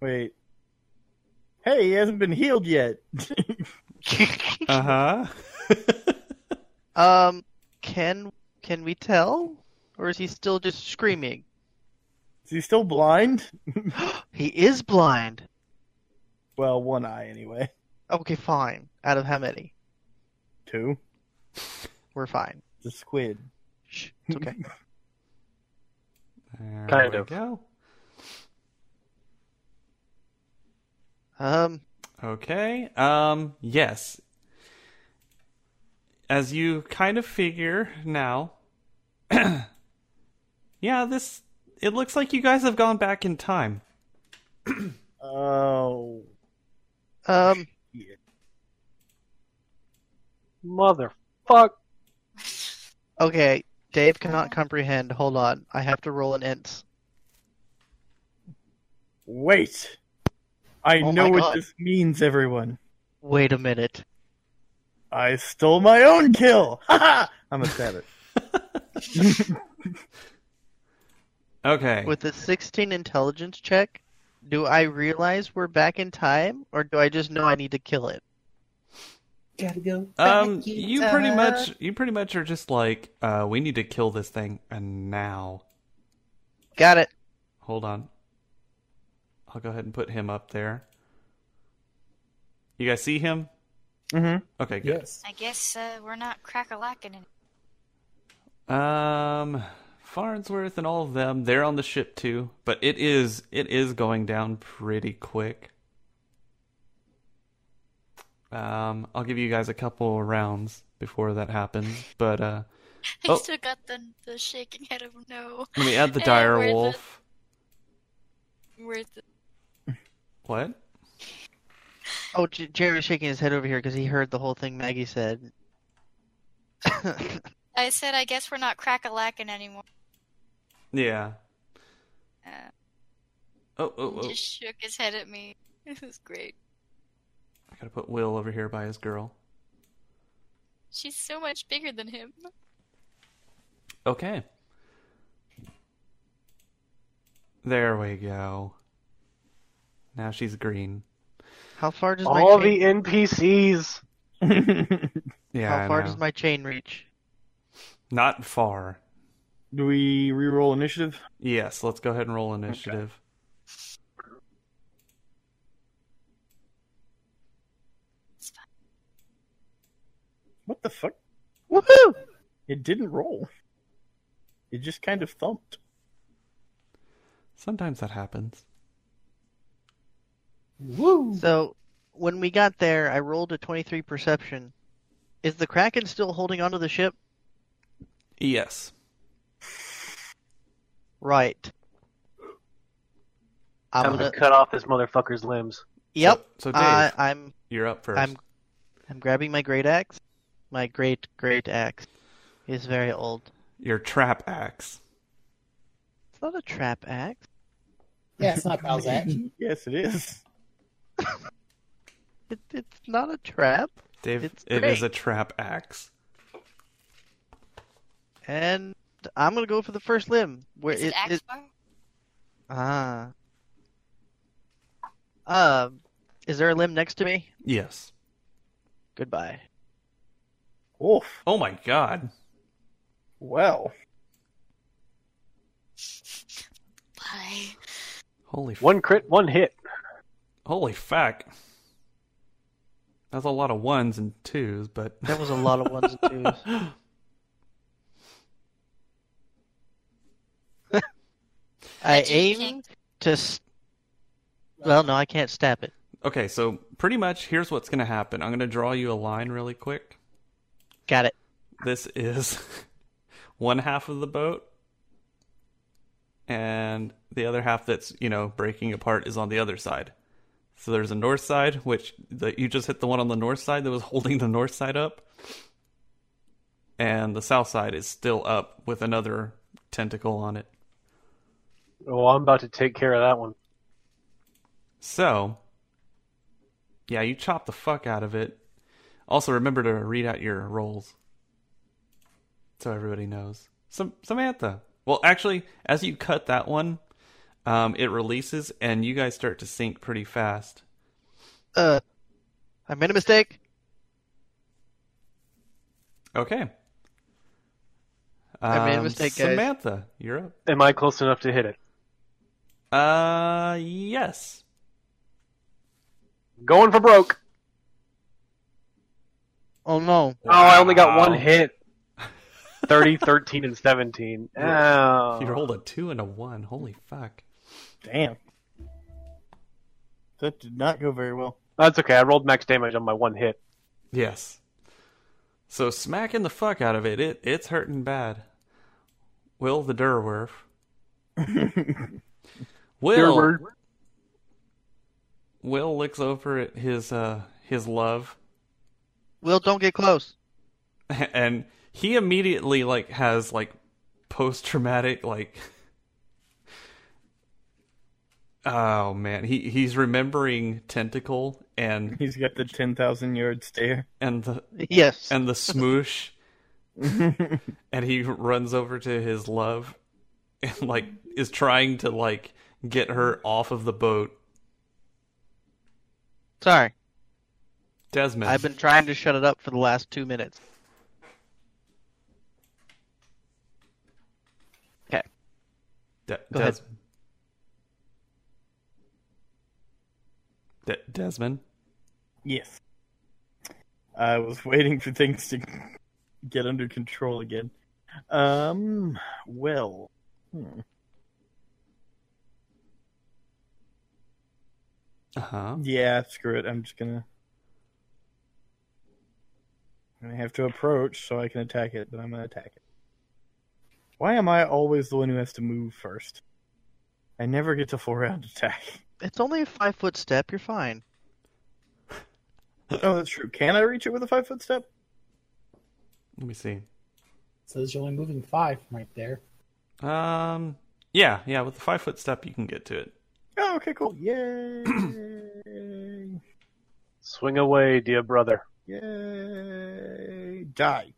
S3: Wait. Hey, he hasn't been healed yet.
S1: uh huh.
S2: um, can can we tell, or is he still just screaming?
S3: Is he still blind?
S2: he is blind.
S3: Well, one eye anyway.
S2: Okay, fine. Out of how many?
S3: Two.
S2: We're fine.
S3: The squid.
S2: Shh, it's okay.
S1: There
S6: Kind
S1: we
S6: of.
S1: Go.
S2: um,
S1: Okay. Um yes. As you kind of figure now. yeah, this it looks like you guys have gone back in time.
S3: Oh.
S2: um,
S6: Motherfuck.
S2: okay. Dave cannot comprehend. Hold on, I have to roll an int.
S3: Wait. I
S2: Oh
S3: know
S2: my
S3: what
S2: God.
S3: this means, everyone.
S2: Wait a minute.
S3: I stole my own kill. Ha ha! I'm a savage.
S1: Okay.
S2: With a 16 intelligence check, do I realize we're back in time, or do I just know I need to kill it?
S5: Gotta go.
S1: Um,
S5: back in
S1: you pretty
S5: time.
S1: much, you pretty much are just like, uh, we need to kill this thing, and now.
S2: Got it.
S1: Hold on. I'll go ahead and put him up there. You guys see him?
S3: Mm-hmm.
S1: Okay, good.
S5: Yes.
S4: I guess uh, we're not crack a lacking.
S1: Um, Farnsworth and all of them, they're on the ship too, but it is it is going down pretty quick. Um, I'll give you guys a couple rounds before that happens, but uh,
S4: I
S1: Oh.
S4: still got the, the shaking head of no.
S1: let me add the
S4: Uh,
S1: dire
S4: where's the-
S1: wolf.
S4: Where's the
S1: What?
S2: Oh, J- Jerry's shaking his head over here because he heard the whole thing Maggie said.
S4: I said I guess we're not crack a lacking anymore.
S1: Yeah.
S4: Uh,
S1: Oh, oh, oh!
S4: Just shook his head at me. This is great.
S1: I gotta put Will over here by his girl.
S4: She's so much bigger than him.
S1: Okay. There we go. Now she's green.
S2: How far does my
S6: All
S2: chain...
S6: the NPCs.
S2: Mm-hmm.
S1: Yeah.
S2: How
S1: I
S2: far
S1: know.
S2: does my chain reach?
S1: Not far.
S3: Do we re-roll initiative?
S1: Yes, let's go ahead and roll initiative.
S3: What the fuck?
S2: Woohoo!
S3: It didn't roll. It just kind of thumped.
S1: Sometimes that happens.
S5: Woo.
S2: So, when we got there, I rolled a 23 perception. Is the Kraken still holding onto the ship?
S1: Yes.
S2: Right. I'm
S6: Time to
S2: gonna.
S6: cut off this motherfucker's limbs.
S2: Yep.
S1: So, so Dave,
S2: Uh, I'm.
S1: you're up 1st
S2: I'm. I'm grabbing my great axe. My great great axe. It's very old.
S1: Your trap axe.
S2: It's not a trap axe.
S5: Yeah, it's not Balzac.
S3: Yes, it is.
S2: It, it's not a trap.
S1: Dave,
S2: It's
S1: it is
S2: great.
S1: a trap axe.
S2: And I'm gonna go for the first limb. Where
S4: Is it, axe bar?
S2: ah. Um, is there a limb next to me?
S1: Yes.
S2: Goodbye.
S3: Oof.
S1: Oh my god.
S3: Well.
S4: Bye.
S1: Holy f-
S6: One crit, one hit.
S1: holy fuck. That's a lot of ones and twos, but
S2: That was a lot of ones and twos. I
S4: Did you
S2: aim
S4: think-
S2: to. s- Well, no, I can't stab it.
S1: okay, so pretty much here's what's going to happen. I'm going to draw you a line really quick.
S2: Got it.
S1: This is one half of the boat, and the other half that's you know breaking apart is on the other side. So there's a north side, which the, you just hit the one on the north side that was holding the north side up, and the south side is still up with another tentacle on it.
S6: Oh, I'm about to take care of that one.
S1: So, yeah, you chop the fuck out of it. Also, remember to read out your rolls, so everybody knows. Sam- Samantha. Well, actually, as you cut that one, um, it releases, and you guys start to sink pretty fast.
S2: Uh, I made a mistake.
S1: Okay. Um,
S2: I made a mistake, guys.
S1: Samantha, you're up.
S6: Am I close enough to hit it?
S1: Uh, yes.
S6: Going for broke.
S2: Oh no.
S6: Oh, I only got
S1: Wow.
S6: one hit. 30, 13, and 17. Oh.
S1: You rolled a two and a one. Holy fuck.
S3: Damn. That did not go very well.
S6: That's okay. I rolled max damage on my one hit.
S1: Yes. So smacking the fuck out of it, it it's hurting bad. Will the Durwerf. Will
S6: Derwert.
S1: Will looks over at his uh his love
S2: Will, don't get close.
S1: and he immediately like has like post traumatic like Oh man, he he's remembering tentacle and
S3: He's got the 10,000 yard stare.
S1: and the
S2: Yes.
S1: and the smoosh and he runs over to his love and like is trying to like get her off of the boat
S2: Sorry.
S1: Desmond.
S2: I've been trying to shut it up for the last two minutes.
S1: De-
S2: Go ahead.
S1: Des- De- Desmond.
S3: Yes. I was waiting for things to get under control again. Um, well. Hmm.
S1: Uh huh.
S3: Yeah, screw it. I'm just gonna. I'm gonna have to approach so I can attack it, but I'm gonna attack it. Why am I always the one who has to move first? I never get to full round attack.
S2: It's only a five foot step. You're fine.
S3: oh, that's true. Can I reach it with a five foot step?
S1: Let me see.
S5: Says you're only moving five right there.
S1: Um. Yeah. Yeah. With the five foot step, you can get to it.
S3: Oh, okay, cool. Yay!
S6: Swing away, dear brother.
S3: Yay! Die.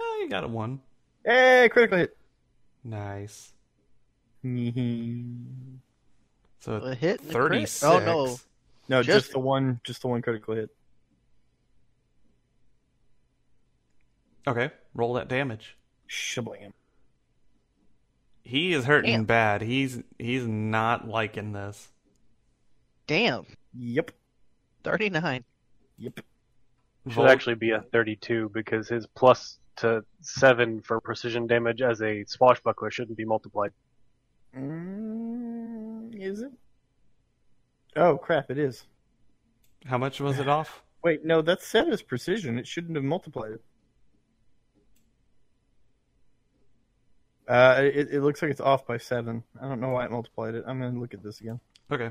S1: Oh, you got a one.
S3: Hey, critical hit.
S1: Nice.
S3: no,
S1: So
S2: A hit. and a crit.
S1: thirty six.
S2: Oh no.
S3: just,
S2: Just-
S3: the one. Just the one critical hit.
S1: Okay. Roll that damage.
S3: Shablam.
S1: He is hurting
S2: Damn.
S1: bad. He's he's not liking this.
S2: Damn.
S3: Yep.
S2: Thirty nine.
S3: Yep.
S6: Should
S1: Vol-
S6: actually be a 32 because his plus to 7 for precision damage as a swashbuckler shouldn't be multiplied.
S3: Mm, is it? Oh crap! It is.
S1: How much was it off?
S3: Wait, no, that's set as precision. It shouldn't have multiplied it. Uh, it, it looks like it's off by seven. I don't know why it multiplied it. I'm gonna look at this again.
S1: Okay.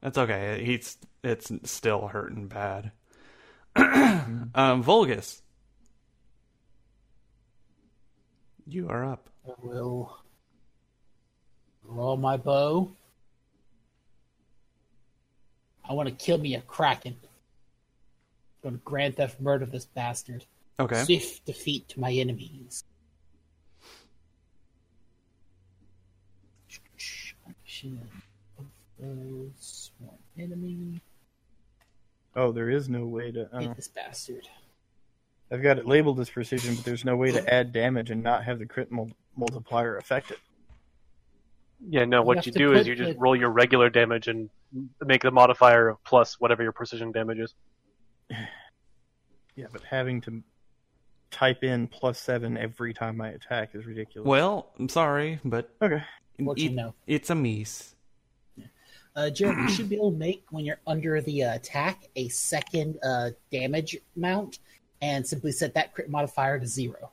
S1: That's okay. He's it's still hurting bad. um, Vulgus. You are up.
S5: I will roll my bow. I want to kill me a kraken. I'm going to grand theft murder this bastard.
S1: Okay.
S5: Swift defeat to my enemies. Action. of those one enemy.
S3: Oh, there is no way to. Uh,
S5: Hit this bastard.
S3: I've got it labeled as precision, but there's no way to add damage and not have the crit mul- multiplier affect it.
S6: Yeah, no,
S5: have
S6: what you
S5: to
S6: do is
S5: put
S6: you just
S5: the-
S6: roll your regular damage and make the modifier of plus whatever your precision damage is.
S3: Yeah, but having to type in plus seven every time I attack is ridiculous.
S1: Well, I'm sorry, but
S3: Okay.
S5: Fortune,
S1: it-
S5: no.
S1: it's a miss.
S5: Uh, Jared, you should be able to make when you're under the uh, attack a second uh, damage mount, and simply set that crit modifier to zero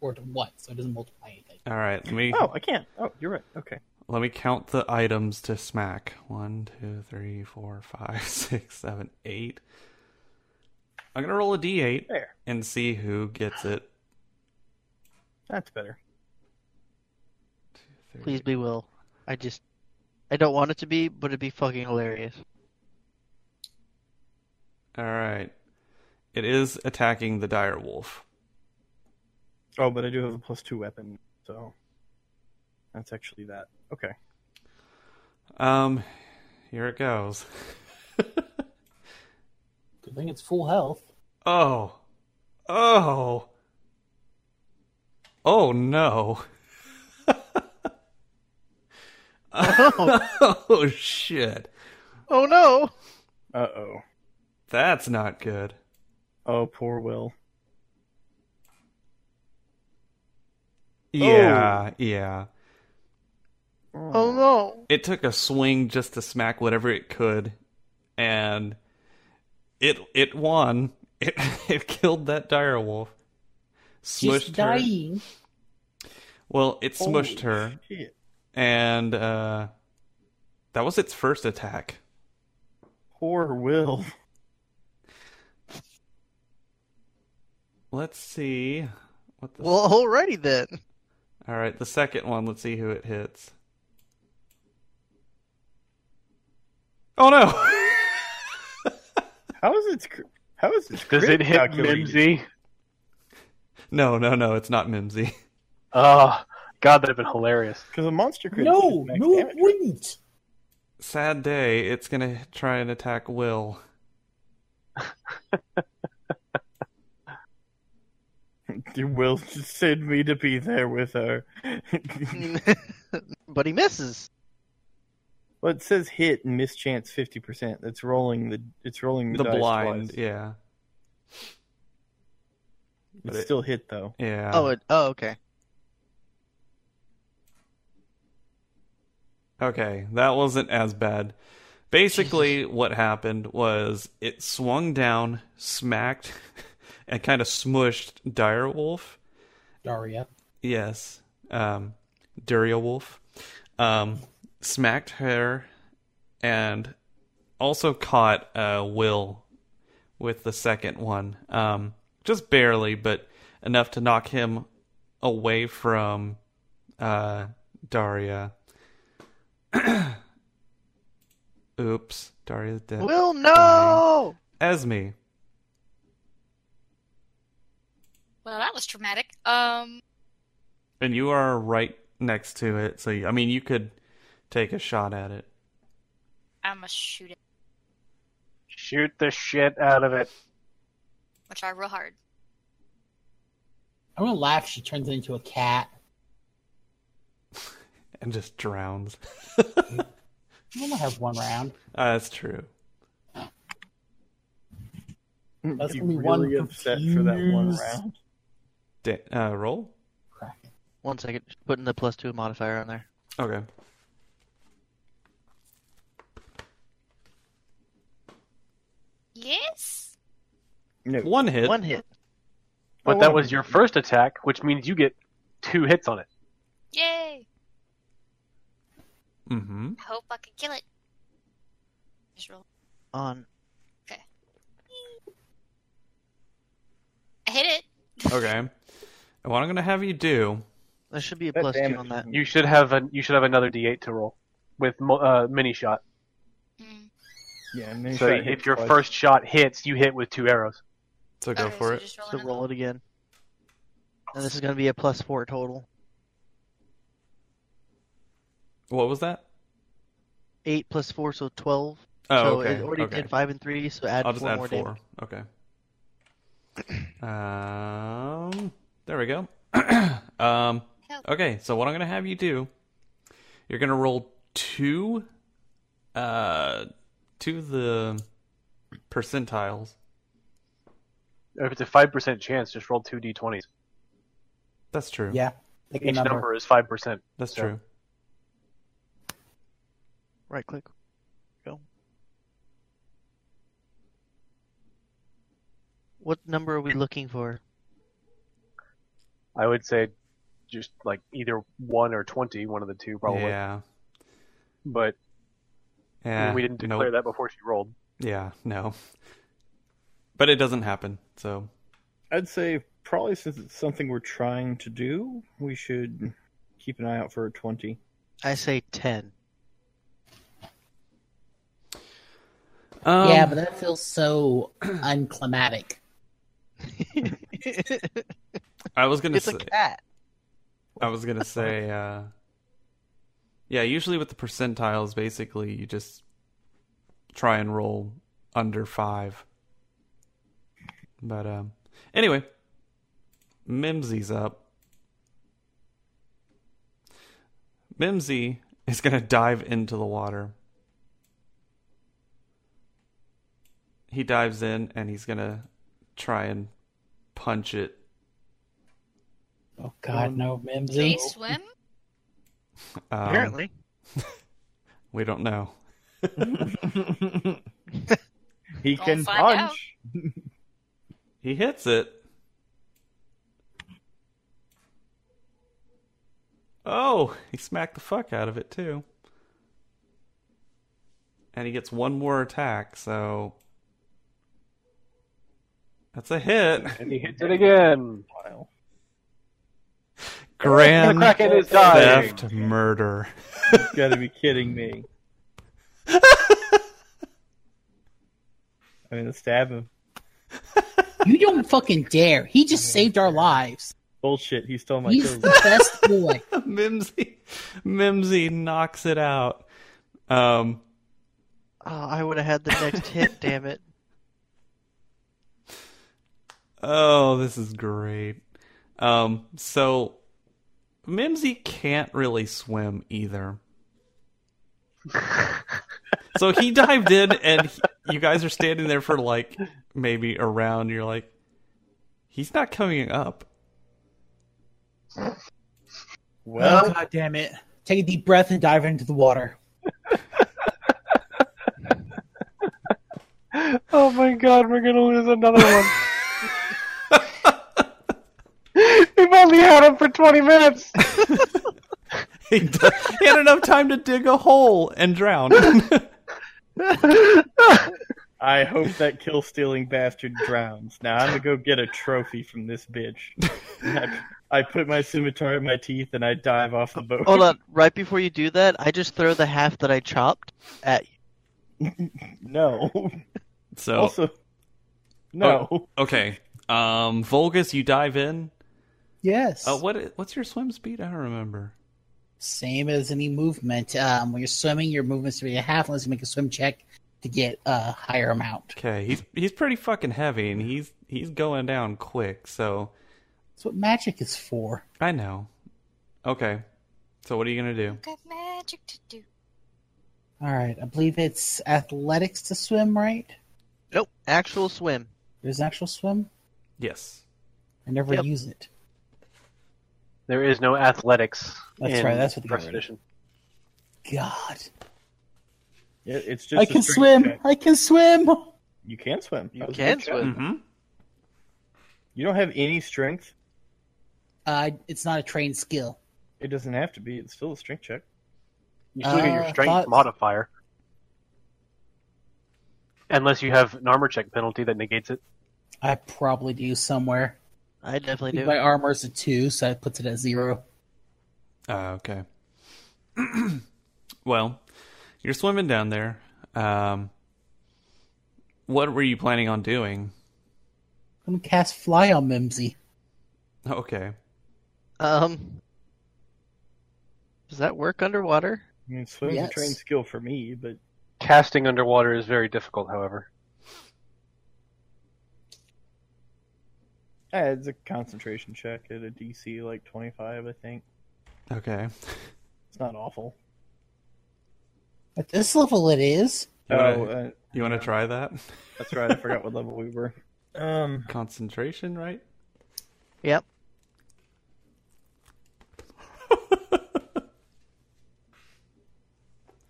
S5: or to one, so it doesn't multiply anything.
S1: All right, let me
S3: Oh, I can't. Oh, you're right. Okay.
S1: let me count the items to smack. One, two, three, four, five, six, seven, eight. I'm gonna roll a d8
S3: There.
S1: and see who gets it.
S3: That's better.
S1: Three,
S2: Please be Will. I just. I don't want it to be, but it'd be fucking hilarious.
S1: All right. It is attacking the dire wolf.
S3: Oh, but I do have a plus two weapon, so that's actually that. Okay.
S1: Um, here it goes.
S5: Good thing it's full health.
S1: Oh, oh, oh no! oh. shit!
S2: Oh no!
S3: Uh oh.
S1: That's not good.
S3: Oh, poor Will.
S1: Yeah, yeah.
S2: Oh no!
S1: It took a swing just to smack whatever it could, and it it won. It it killed that dire wolf.
S5: She's
S1: Smushed her.
S5: dying. Oh.
S1: Well, it smushed her,
S3: Shit.
S1: and uh, that was its first attack.
S3: Poor Will.
S1: Let's see what the.
S2: Well, alrighty then.
S1: All right, the second one. Let's see who it hits. Oh no!
S3: How is it? cr- How is this?
S6: Does
S3: crit
S6: it hit
S3: calculated?
S6: Mimsy?
S1: no, no, no! It's not Mimsy.
S6: Oh, God, that'd have been hilarious.
S3: Because a monster crit.
S5: No,
S3: is max
S5: no, it
S3: damage.
S5: wouldn't.
S1: Sad day. It's gonna try and attack Will.
S3: You will send me to be there with her.
S2: but he misses.
S3: well, it says hit and miss chance fifty percent. That's rolling the. It's rolling the,
S1: the
S3: dice
S1: blind,
S3: twice.
S1: yeah, But
S3: It's
S1: it-
S3: still hit though.
S1: yeah.
S2: Oh, it, oh, okay.
S1: Okay, that wasn't as bad. Basically, what happened was it swung down, smacked, and kind of smushed Direwolf.
S5: Daria.
S1: Yes, um, Daria Wolf. Um, smacked her, and also caught uh, Will with the second one. Um, just barely, but enough to knock him away from uh, Daria. Oops, Daria's dead.
S2: Will, no!
S1: Esme.
S4: Well, that was traumatic. Um,
S1: And you are right next to it, so you- I mean, you could take a shot at it.
S4: I'm a shoot it,
S6: Shoot the shit out of it.
S4: which I real hard.
S5: I'm gonna laugh. She turns into a cat.
S1: And just drowns.
S5: I'm gonna have one round.
S1: Uh, that's true.
S5: That's
S3: You
S5: gonna be
S3: really
S5: one
S3: upset for that one
S5: confused-
S3: round.
S1: Da- uh, roll.
S5: Crap.
S2: One second, just putting the plus two modifier on there.
S1: Okay.
S4: Yes.
S3: No,
S1: One hit.
S2: One hit.
S6: But
S3: Oh,
S6: that
S3: wow.
S6: was your first attack, which means you get two hits on it.
S4: Yay.
S1: Mm-hmm.
S4: I hope I can kill it. Just roll.
S2: On
S4: I hit it.
S1: Okay. And what I'm gonna have you do?
S2: there should be a
S3: That
S2: plus two
S3: damage
S2: on that.
S3: is-
S6: You should have a, you should have another D8 to roll with mo- uh, mini shot.
S4: Mm.
S3: Yeah, and then
S6: So
S3: shot hit
S6: if your
S3: twice.
S6: first shot hits, you hit with two arrows.
S1: So go
S4: okay,
S1: for
S4: so
S1: it.
S4: Just roll
S2: So
S4: another
S2: roll
S4: one.
S2: it again. And this is going to be a plus four total.
S1: What was that?
S2: Eight plus four, so twelve.
S1: Oh,
S2: so
S1: okay.
S2: it already
S1: okay.
S2: did five and three, so add
S1: I'll
S2: four
S1: just add
S2: more
S1: four.
S2: damage.
S1: Okay. Um, there we go. um,
S4: Help.
S1: okay. So what I'm gonna have you do? You're gonna roll two, uh, two of the percentiles.
S6: If it's a five percent chance, just roll two D20s.
S1: That's true.
S5: Yeah. Pick a
S6: Each
S5: number.
S6: number is five percent.
S1: That's
S6: So-
S1: true.
S2: Right click. Go. What number are we looking for?
S6: I would say just like either one or twenty, one of the two probably.
S1: Yeah.
S6: But
S1: Yeah.
S6: we didn't
S1: Nope.
S6: declare that before she rolled.
S1: Yeah, no. But it doesn't happen, so
S3: I'd say probably since it's something we're trying to do, we should keep an eye out for a twenty.
S2: I say ten.
S1: um,
S5: yeah, but that feels so unclimatic.
S2: it's
S1: I was gonna say,
S2: a cat.
S1: I was gonna say, uh, yeah. Usually with the percentiles, basically you just try and roll under five. But um, anyway, Mimsy's up. Mimsy is gonna dive into the water. He dives in and he's gonna try and punch it.
S5: Oh God, no,
S4: Can
S5: Mimsy.
S4: you swim?
S1: Um,
S2: Apparently.
S1: we don't know.
S3: He
S4: Gonna
S3: can
S4: find
S3: punch.
S1: He hits it. Oh, he smacked the fuck out of it too. And he gets one more attack, so that's a hit.
S6: He hits it again.
S3: Wow.
S1: Grand
S6: Kraken is dying.
S1: theft murder.
S3: You gotta be kidding me. I'm gonna stab him.
S5: You don't fucking dare. He just saved our lives.
S3: Bullshit, he stole Mm-hmm. Oh my
S5: He's
S3: kills.
S5: the best boy.
S1: Mimsy, Mimsy knocks it out. Um,
S2: Oh, I would have had the next hit, damn it.
S1: Oh, this is great. Um, so Mimsy can't really swim either. so he dived in, and he- you guys are standing there for like maybe a round. You're like, he's not coming up.
S5: Oh, God damn it. Take a deep breath and dive into the water.
S6: Oh my god, we're gonna lose another one. We've only had him for 20 minutes.
S1: He, d- he had enough time to dig a hole and drown.
S3: I hope that kill stealing bastard drowns. Now I'm gonna go get a trophy from this bitch. I, I put my scimitar in my teeth and I dive off the boat.
S5: Oh.
S2: Hold on, right before you do that, I just throw the half that I chopped at you.
S3: No.
S1: so
S3: Also, no.
S1: Oh. okay, um, Volgus, you dive in.
S5: Yes.
S1: Uh, what i- what's your swim speed? I don't remember.
S5: Same as any movement. Um, when you're swimming, your movement's to be a half unless you make a swim check to get a higher amount.
S1: Okay, he's he's pretty fucking heavy, and he's he's going down quick. So
S5: That's what magic is for.
S1: I know. Okay, so what are you gonna do?
S4: Got magic to do.
S5: All right, I believe it's athletics to swim, right?
S2: Nope, actual swim.
S5: There's actual swim.
S1: Yes.
S5: I never
S2: Yep.
S5: use it.
S6: There is no athletics.
S5: That's
S6: in
S5: right, that's what they got
S6: first
S5: rid of.
S6: edition.
S5: God,
S3: It- it's just.
S5: I
S3: a
S5: can
S3: strength
S5: swim.
S3: check.
S5: I can swim.
S3: You can swim.
S2: You
S3: That was a
S2: can
S3: good check.
S2: swim.
S1: Mm-hmm.
S3: You don't have any strength.
S5: Uh, it's not a trained skill.
S3: It doesn't have to be. It's still a strength check.
S6: You still get
S5: Uh,
S6: your strength
S5: thoughts?
S6: modifier. Unless you have an armor check penalty that negates it.
S5: I probably do somewhere.
S2: I
S5: I
S2: definitely
S5: think
S2: do.
S5: my armor is a two, so it puts it at zero.
S1: Uh, okay. well, you're swimming down there. Um, what were you planning on doing?
S5: I'm gonna cast fly on Mimsy.
S1: Okay.
S2: Um, does that work underwater?
S3: I mean, swim's
S5: Yes.
S3: a trained skill for me, but
S6: Casting underwater is very difficult, however.
S3: eh, it's a concentration check at a DC like 25, I think.
S1: Okay.
S3: It's not awful.
S5: At this level, it is.
S1: You
S3: Oh,
S1: wanna,
S3: uh,
S1: you wanna try that?
S3: that's right. I forgot what level we were. Um,
S1: Concentration, right?
S2: Yep.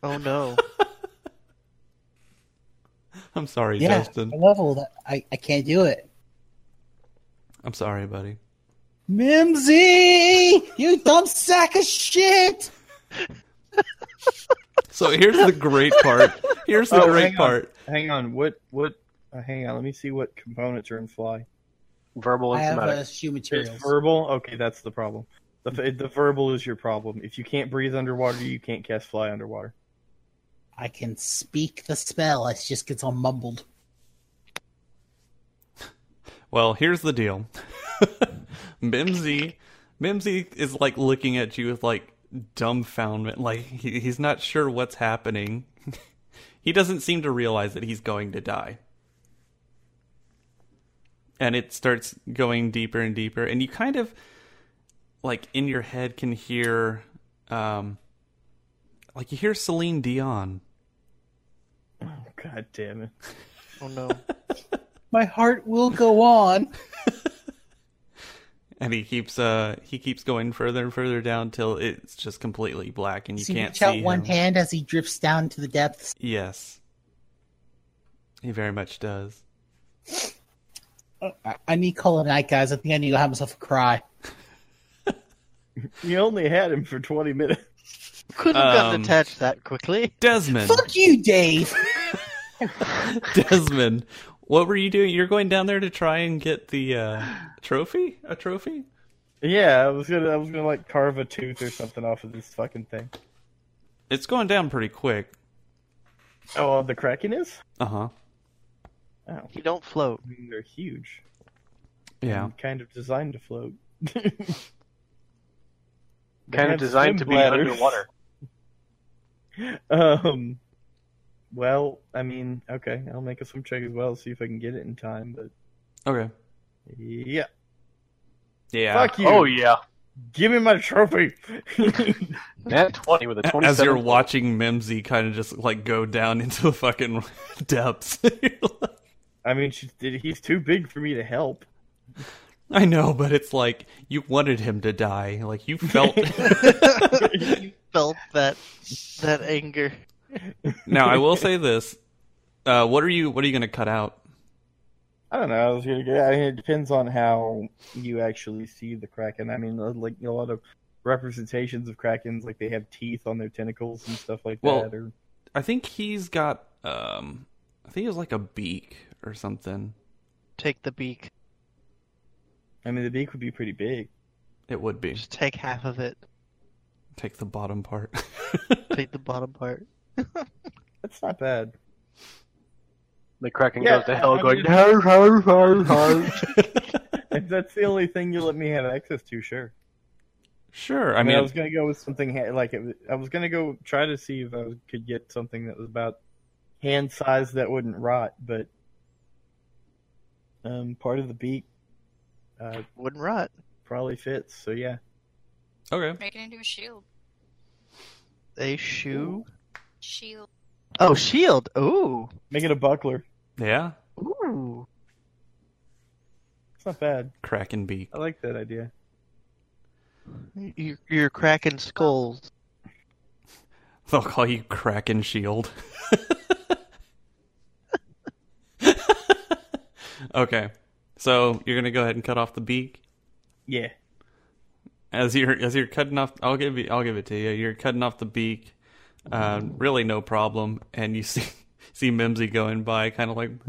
S2: oh no.
S1: I'm sorry,
S5: yeah,
S1: Justin.
S5: a level that I, I can't do it.
S1: I'm sorry, buddy.
S5: Mimsy, you dumb sack of shit.
S1: So here's the great part. Here's the
S3: Oh,
S1: great
S3: hang on.
S1: part.
S3: hang on. What? What? Uh, hang on. Let me see what components are in fly.
S6: Verbal
S5: I
S6: and
S5: have
S6: somatic.
S5: a shoe
S3: It's
S5: materials.
S3: verbal. Okay, that's the problem. The, the verbal is your problem. If you can't breathe underwater, you can't cast fly underwater.
S5: I can speak the spell. It just gets all mumbled.
S1: Well, here's the deal. Mimsy, Mimsy is like looking at you with like dumbfoundment, like he, he's not sure what's happening. he doesn't seem to realize that he's going to die. And it starts going deeper and deeper, and you kind of like in your head can hear, um, like you hear Celine Dion.
S3: Oh, God damn it.
S2: Oh no.
S5: My heart will go on.
S1: And he keeps uh he keeps going further and further down till it's just completely black and you
S5: so you
S1: can't
S5: reach out
S1: see
S5: one
S1: him.
S5: hand as he drifts down to the depths.
S1: Yes. He very much does.
S5: I, I need call it a night, guys. I think I need to have myself a cry.
S3: You only had him for 20 minutes.
S2: Couldn't have gotten
S1: Um,
S2: attached that quickly.
S1: Desmond,
S5: Fuck you, Dave.
S1: Desmond, what were you doing? You're going down there to try and get the uh, trophy? A trophy?
S3: Yeah, I was gonna, I was gonna like carve a tooth or something off of this fucking thing.
S1: It's going down pretty quick.
S3: Oh, the kraken is?
S1: Uh huh.
S3: Oh,
S2: You don't float.
S3: I mean, they're huge.
S1: Yeah.
S3: And kind of designed to float.
S6: Kind
S3: have
S6: of designed to
S3: swim
S6: be
S3: bladders.
S6: underwater.
S3: Um, well, I mean, okay, I'll make a swim check as well, see if I can get it in time. But
S1: Okay.
S3: Yeah.
S1: Yeah.
S3: Fuck you.
S6: Oh yeah,
S3: Give me my trophy.
S6: nat twenty with a twenty.
S1: As you're watching Mimsy kind of just like go down into the fucking depths.
S3: I mean, she, dude, he's too big for me to help.
S1: I know, but it's like you wanted him to die. Like you felt.
S2: you felt that that anger.
S1: now I will say this: uh, what are you? What are you going to cut out?
S3: I don't know. I was gonna get. I mean, it depends on how you actually see the kraken. I mean, like a lot of representations of krakens, like they have teeth on their tentacles and stuff like
S1: Well-
S3: that. Or
S1: I think he's got. Um, I think it was like a beak or something.
S2: Take the beak.
S3: I mean, the beak would be pretty big.
S1: It would be
S2: Just take half of it.
S1: take the bottom part.
S2: Take the bottom part.
S3: That's not bad.
S6: The Kraken
S3: Yeah,
S6: goes to hell,
S3: I
S6: going
S3: mean-
S6: no, no, no, no.
S3: If that's the only thing you let me have access to, sure.
S1: sure. I
S3: I mean, I
S1: mean,
S3: was gonna go with something ha- like it, I was gonna go try to see if I was- could get something that was about hand size that wouldn't rot, but um, part of the beak uh,
S2: Wouldn't rot.
S3: probably fits. So yeah,
S1: okay.
S4: Make it into a shield.
S2: A shoe.
S4: Shield.
S2: Oh, shield. Ooh.
S3: make it a buckler.
S1: Yeah,
S2: Ooh.
S3: It's not bad.
S1: Kraken beak.
S3: I like that idea.
S2: You, you're cracking skulls.
S1: They'll call you Kraken Shield. okay, so you're gonna go ahead and cut off the beak.
S3: Yeah.
S1: as you're as you're cutting off i'll give you i'll give it to you you're cutting off the beak uh, really no problem and you see see mimsy going by kind of like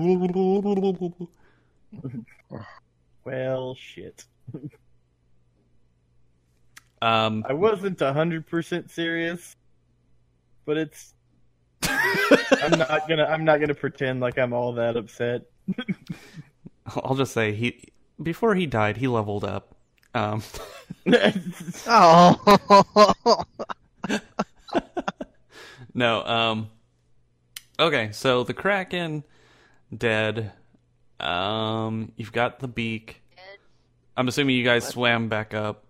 S3: Well, shit.
S1: um
S3: I wasn't hundred percent serious, but it's. I'm not gonna. I'm not gonna pretend like I'm all that upset.
S1: i'll just say he before he died he leveled up um
S2: Oh.
S1: no um okay so the kraken dead um you've got the beak i'm assuming you guys swam back up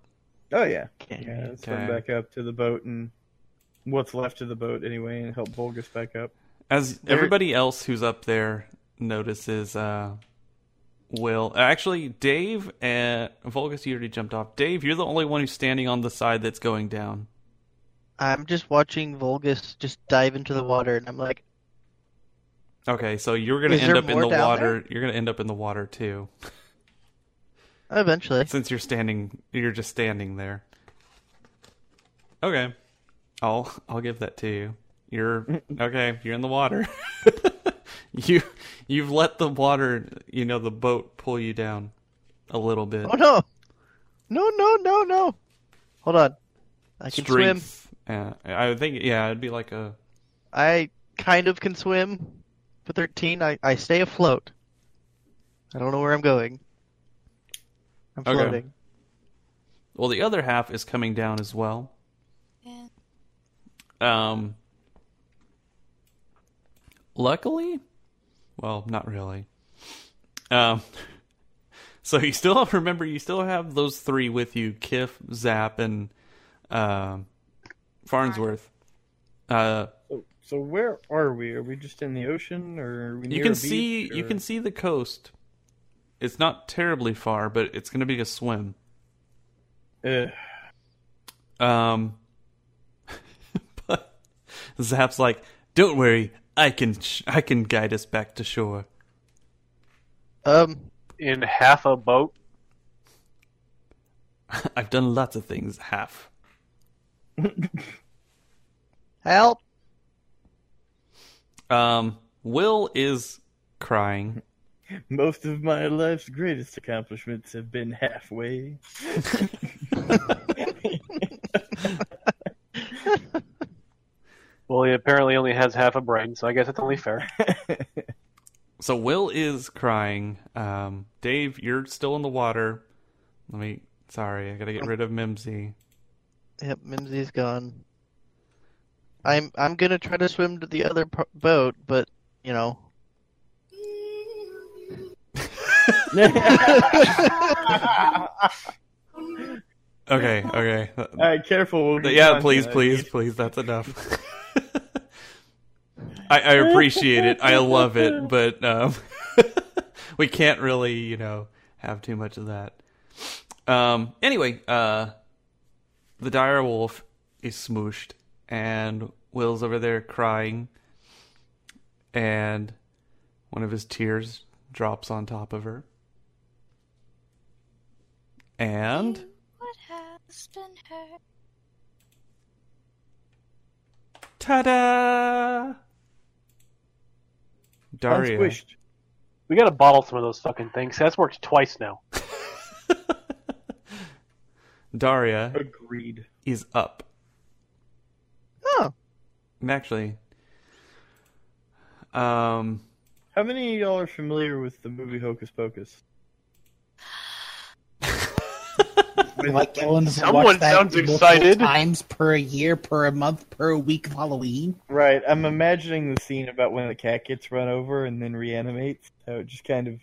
S3: oh yeah.
S2: okay.
S3: Yeah, let's run
S1: Okay.
S3: back up to the boat and what's left of the boat anyway, and help Volgus back up.
S1: As everybody else who's up there notices, uh, Will actually Dave and Vulgus, you already jumped off. Dave, you're the only one who's standing on the side that's going down.
S2: I'm just watching Volgus just dive into the water, and I'm like,
S1: Okay, so you're gonna
S2: Is
S1: end
S2: there
S1: up in
S2: more
S1: the
S2: down
S1: water. You're gonna end up in the water too,
S2: eventually.
S1: since you're standing. You're just standing there. Okay, I'll I'll give that to you. You're okay. You're in the water. you you've let the water, you know, the boat pull you down a little bit.
S2: Oh no! No! No! No! No! Hold on. I can swim.
S1: strength. Uh, I think yeah, it'd be like a
S2: I kind of can swim. For 13, I, I stay afloat. I don't know where I'm going. I'm
S1: Okay.
S2: floating.
S1: well. The other half is coming down as well.
S4: Yeah.
S1: Um. Luckily, well, not really. Um. So you still remember you still have those three with you: Kiff, Zap, and um Farnsworth. Uh,
S3: So, so where are we? Are we just in the ocean, or are we near
S1: you
S3: a
S1: can
S3: beach,
S1: see you
S3: or-
S1: can see the coast. It's not terribly far, but it's going to be a swim.
S3: Ugh.
S1: Um, but Zap's like, "Don't worry, I can sh- I can guide us back to shore."
S2: Um,
S6: in half a boat.
S1: I've done lots of things half.
S2: help!
S1: Um, Will is crying.
S3: most of my life's greatest accomplishments have been halfway.
S6: Well, he apparently only has half a brain, so I guess it's only fair.
S1: So Will is crying. Um, Dave, you're still in the water. Let me. Sorry, I gotta get rid of Mimsy.
S2: Yep, Mimsy's gone. I'm I'm gonna try to swim to the other p- boat, but you know,
S1: Okay, okay.
S3: All right, careful. we'll get
S1: Yeah,
S3: on
S1: please,
S3: to that.
S1: please, please. That's enough. I, I appreciate it. I love it, but um, we can't really, you know, have too much of that. Um. Anyway, uh, the dire wolf is smooshed, and Will's over there crying, and one of his tears drops on top of her, and.
S4: What has been heard?
S1: Ta-da! Daria.
S3: Unsquished.
S6: We gotta bottle some of those fucking things. That's worked twice now.
S1: Daria
S3: Agreed.
S1: is up.
S2: Oh,
S1: Actually, um,
S3: How many of y'all are familiar with the movie Hocus Pocus?
S5: Like Ellen has
S6: Someone
S5: watched that
S6: sounds
S5: multiple
S6: excited.
S5: Times per year, per month, per week of Halloween.
S3: Right, I'm imagining the scene about when the cat gets run over and then reanimates, how it just kind of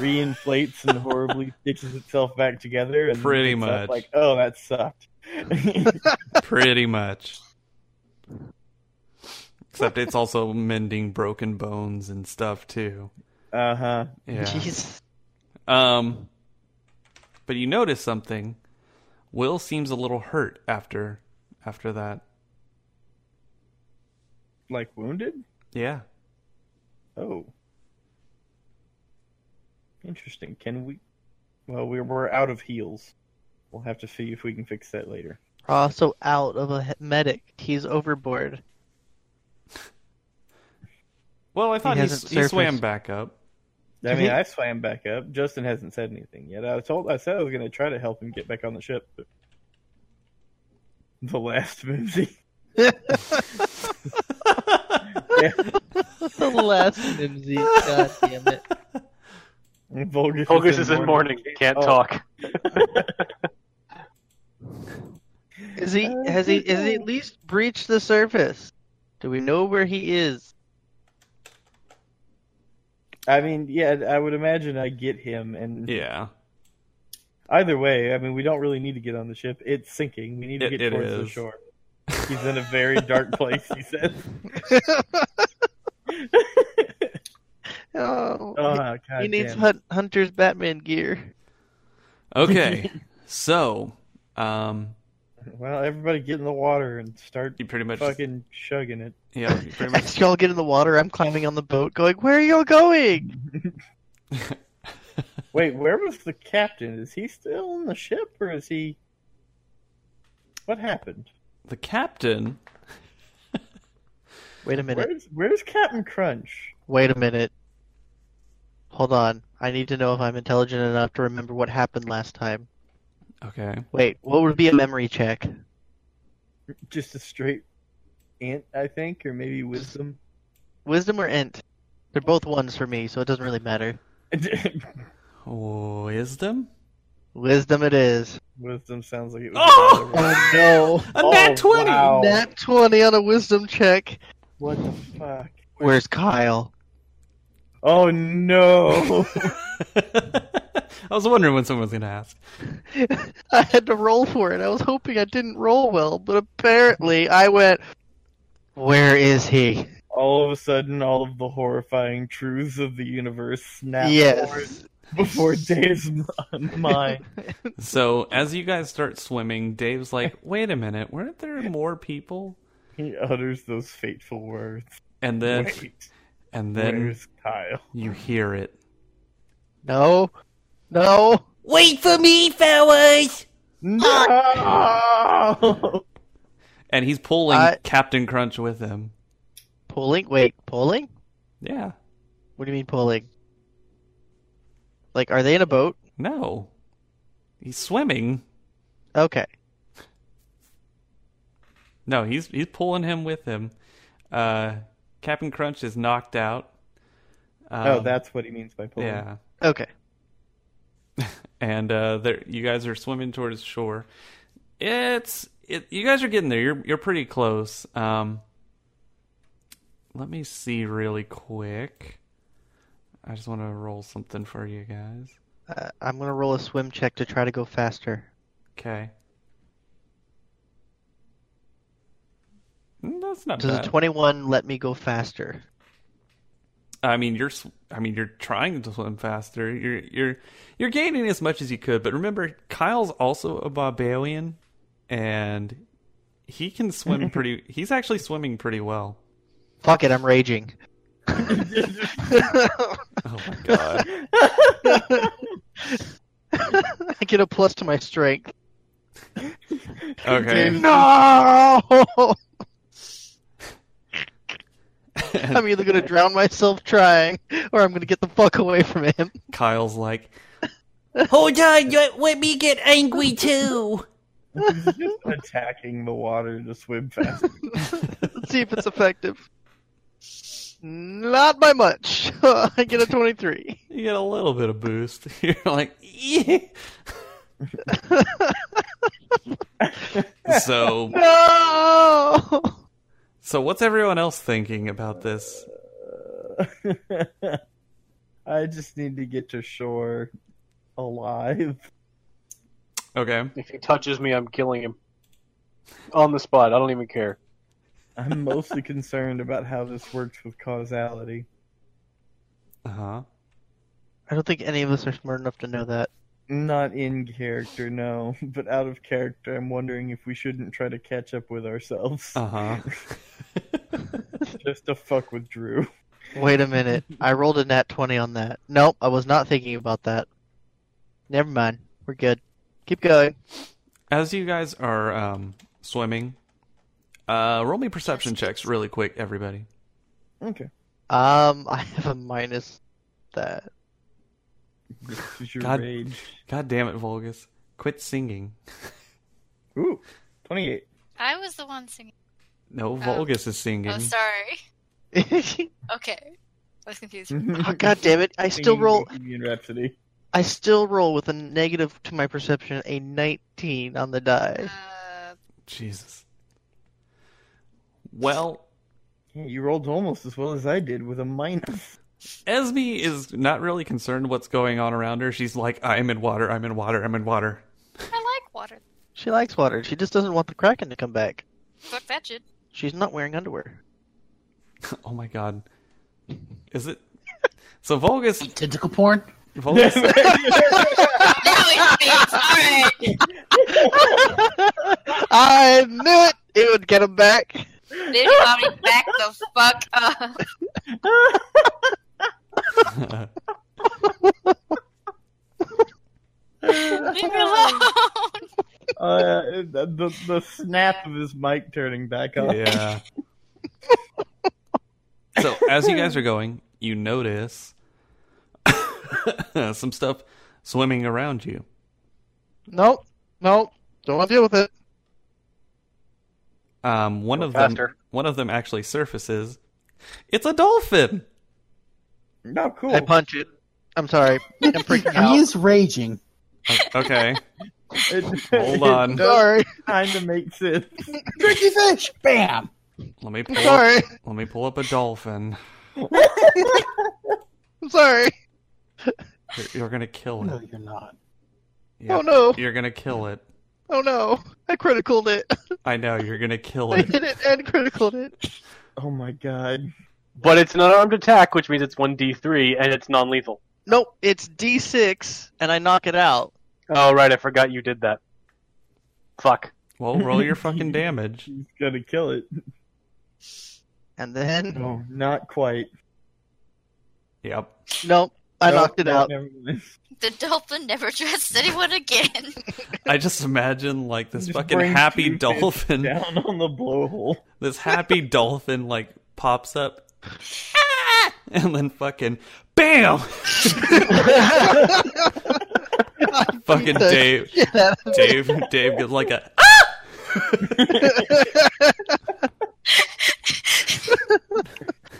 S3: reinflates and horribly stitches itself back together. And
S1: Pretty
S3: it's
S1: much.
S3: not Like, oh, that sucked.
S1: pretty much. Except it's also mending broken bones and stuff too.
S3: uh huh.
S1: Yeah.
S2: jeez.
S1: Um, but you notice something. Will seems a little hurt after after that.
S3: Like wounded?
S1: Yeah.
S3: Oh. Interesting. Can we? Well, we're, we're out of heals. We'll have to see if we can fix that later.
S2: We're also out of a he- medic. He's overboard.
S1: Well, I thought he,
S2: hasn't
S1: s- he swam
S2: surfaced.
S1: back up.
S3: I mean,
S2: Mhm.
S3: I swam back up. Justin hasn't said anything yet. I told, I said I was going to try to help him get back on the ship. But... The last movie. yeah,
S2: The last Mimsy. God damn it.
S3: Vulgus,
S6: Hocus is in mourning. Can't
S3: Oh.
S6: talk.
S2: Is he? Has he? Is he at least breached the surface? Do we know where he is?
S3: I mean, yeah, I would imagine I get him. And
S1: Yeah.
S3: either way, I mean, we don't really need to get on the ship. It's sinking. We need to
S1: It-
S3: get
S1: it
S3: towards the
S1: is.
S3: shore. He's in a very dark place. He says.
S2: Oh,
S3: Oh,
S2: he-
S3: God
S2: he needs
S3: damn.
S2: hunt, Hunter's Batman gear.
S1: Okay. so, um,
S3: Well, everybody get in the water and start
S1: you pretty much
S3: fucking chugging it.
S1: yeah, you pretty
S2: As
S1: much
S2: y'all get in the water, I'm climbing on the boat, going, "Where are y'all going?"
S3: Wait, where was the captain? Is he still on the ship or is he What happened?
S1: the captain.
S2: Wait a minute.
S3: Where's where's Captain Crunch?
S2: Wait a minute. Hold on. I need to know if I'm intelligent enough to remember what happened last time.
S1: Okay.
S2: Wait, what would be a memory check?
S3: Just a straight ant, I think, or maybe wisdom.
S2: Wisdom or int? They're both ones for me, so it doesn't really matter.
S1: Wisdom?
S2: Wisdom it is.
S3: wisdom sounds like it was
S1: Oh!
S2: Oh no.
S1: A nat
S3: Oh,
S1: 20!
S3: wow.
S2: Nat 20 on a wisdom check.
S3: What the fuck?
S2: Where's Kyle?
S3: Oh no.
S1: I was wondering when someone was going to ask.
S2: I had to roll for it. I was hoping I didn't roll well, but apparently I went, Where is he?
S3: all of a sudden all of the horrifying truths of the universe snap forward
S2: yes.
S3: before Dave's m- mind.
S1: So, as you guys start swimming, Dave's like, wait a minute, weren't there more people?
S3: He utters those fateful words.
S1: And then,
S3: Wait,
S1: and then
S3: where's Kyle?
S1: you hear it.
S2: No. No.
S1: Wait for me, fellas! Oh.
S3: No!
S1: And he's pulling
S2: I-
S1: Captain Crunch with him.
S2: Pulling? Wait, pulling?
S1: Yeah.
S2: What do you mean pulling? Like, are they in a boat?
S1: No. He's swimming.
S2: Okay.
S1: No, he's he's pulling him with him. Uh, Captain Crunch is knocked out. Um,
S3: oh, that's what he means by pulling.
S1: yeah.
S2: Okay.
S1: And uh, there, you guys are swimming towards shore. It's it, you guys are getting there. You're you're pretty close. Um, let me see really quick. I just want to roll something for you guys.
S2: Uh, I'm gonna roll a swim check to try to go faster.
S1: Okay. Mm, That's not
S2: Does a
S1: bad.
S2: 21 let me go faster?
S1: I mean, you're sw- I mean, you're trying to swim faster. You're you're you're gaining as much as you could, but remember, Kyle's also a barbarian, and he can swim pretty. He's actually swimming pretty well.
S2: Fuck it, I'm raging.
S1: Oh my god!
S2: I get a plus to my strength.
S1: Okay,
S2: No! I'm either gonna drown myself trying, or I'm gonna get the fuck away from him.
S1: Kyle's like,
S7: Hold on, let, let me get angry too.
S3: He's just attacking the water to swim fast.
S2: Let's see if it's effective. Not by much. I get a 23.
S1: you get a little bit of boost. You're like, "Yeah." so
S2: No!
S1: so what's everyone else thinking about this?
S3: I just need to get to shore alive.
S1: Okay,
S6: If he touches me, I'm killing him. On the spot. I don't even care.
S3: I'm mostly concerned about how this works with causality.
S1: uh huh.
S2: I don't think any of us are smart enough to know that.
S3: Not in character, no, but out of character, I'm wondering if we shouldn't try to catch up with ourselves
S1: Uh huh.
S3: just to fuck with Drew.
S2: Wait a minute. I rolled a nat 20 on that. Nope, I was not thinking about that. Never mind. We're good. Keep going.
S1: As you guys are um, swimming, uh, roll me perception checks really quick, everybody.
S3: Okay.
S2: Um, I have a minus that.
S3: This is your
S1: God.
S3: rage.
S1: God damn it, Volgus. Quit singing.
S3: Ooh, 28.
S4: I was the one singing.
S1: No, Volgus is singing.
S4: Oh, sorry.
S2: oh,
S4: Okay. I was confused.
S2: God damn it. I still
S3: Singing
S2: roll
S3: Bohemian Rhapsody.
S2: I still roll with a negative to my perception, a 19 on the
S1: Mm.
S2: die.
S4: Uh,
S1: Jesus. Well,
S3: Yeah, you rolled almost as well as I did with a minus.
S1: Esme is not really concerned what's going on around her. She's like, I'm in water, I'm in water, I'm in water.
S4: I like water.
S2: She likes water. She just doesn't want the Kraken to come back.
S4: Fuck that shit.
S2: She's not wearing underwear.
S1: Oh my god. Is it. So Volgus.
S5: Tentacle porn.
S1: Volgus
S4: Now it fits. All right.
S2: I knew it! It would get him back.
S4: This comedy back the fuck up. Leave me alone.
S3: Uh, the, the snap of his mic turning back on.
S1: Yeah. so as you guys are going, you notice some stuff swimming around you.
S2: Nope. Nope. Don't want to deal with it.
S1: Um, one
S6: Go
S1: of them,
S6: faster.
S1: one of them actually surfaces. It's a dolphin.
S3: No, cool.
S2: I punch it. I'm sorry. I'm freaking
S5: He
S2: out.
S5: is raging.
S1: O- Okay,
S3: It-
S1: Hold on.
S2: Sorry.
S3: Kind of makes sense.
S5: Tricky fish. Bam.
S1: let me pull.
S2: I'm
S1: Up,
S2: sorry.
S1: let me pull up a dolphin.
S2: I'm sorry.
S1: You're, you're gonna kill
S5: Oh, No,
S1: it.
S5: you're not.
S1: Yeah,
S2: Oh no.
S1: You're gonna kill it.
S2: Oh no. I criticaled it.
S1: I know you're gonna kill
S2: I
S1: it.
S2: hit it and criticaled it.
S3: Oh my god.
S6: But it's an unarmed attack, which means it's 1d3, and it's non lethal.
S2: Nope. It's D6, and I knock it out.
S6: Oh, right. I forgot you did that. Fuck.
S1: Well, roll your fucking damage.
S3: He's gonna kill it.
S2: And then
S3: No, not quite.
S1: Yep.
S2: nope. I
S3: No,
S2: knocked it
S3: no,
S2: out.
S3: never mind.
S4: The dolphin never trusts anyone again.
S1: I just imagine like this
S3: Just
S1: fucking
S3: bring
S1: happy
S3: two fists
S1: dolphin.
S3: Down on the blowhole.
S1: this happy dolphin like pops up and then fucking bam fucking dave
S2: Get out of
S1: dave dave gets like a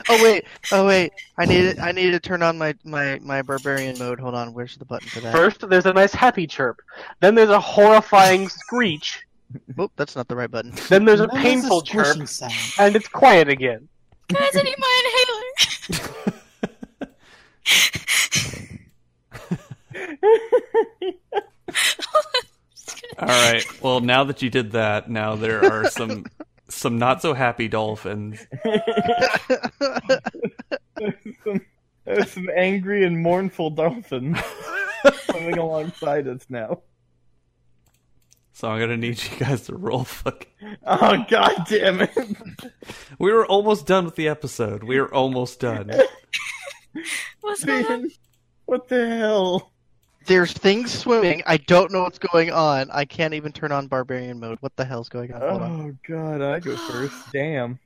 S2: Oh wait. Oh wait. I need it. I need to turn on my my my barbarian mode. Hold on. Where's the button for that?
S6: First, there's a nice happy chirp. Then there's a horrifying screech.
S2: Oop, that's not the right button.
S6: Then there's a
S5: That is
S6: painful chirp.
S5: squishing sound.
S6: And it's quiet again.
S4: Guys, I need my inhaler.
S1: All right. Well, now that you did that, now there are some some not so happy dolphins.
S3: some, there's some angry and mournful dolphins swimming alongside us now.
S1: So I'm gonna need you guys to roll. Fuck.
S3: Oh god damn it!
S1: We were almost done with the episode. We were almost done.
S4: What's going on?
S3: Man, what the hell?
S2: There's things swimming. I don't know what's going on. I can't even turn on barbarian mode. What the hell's going on? Hold on.
S3: Oh god, I go first. Damn.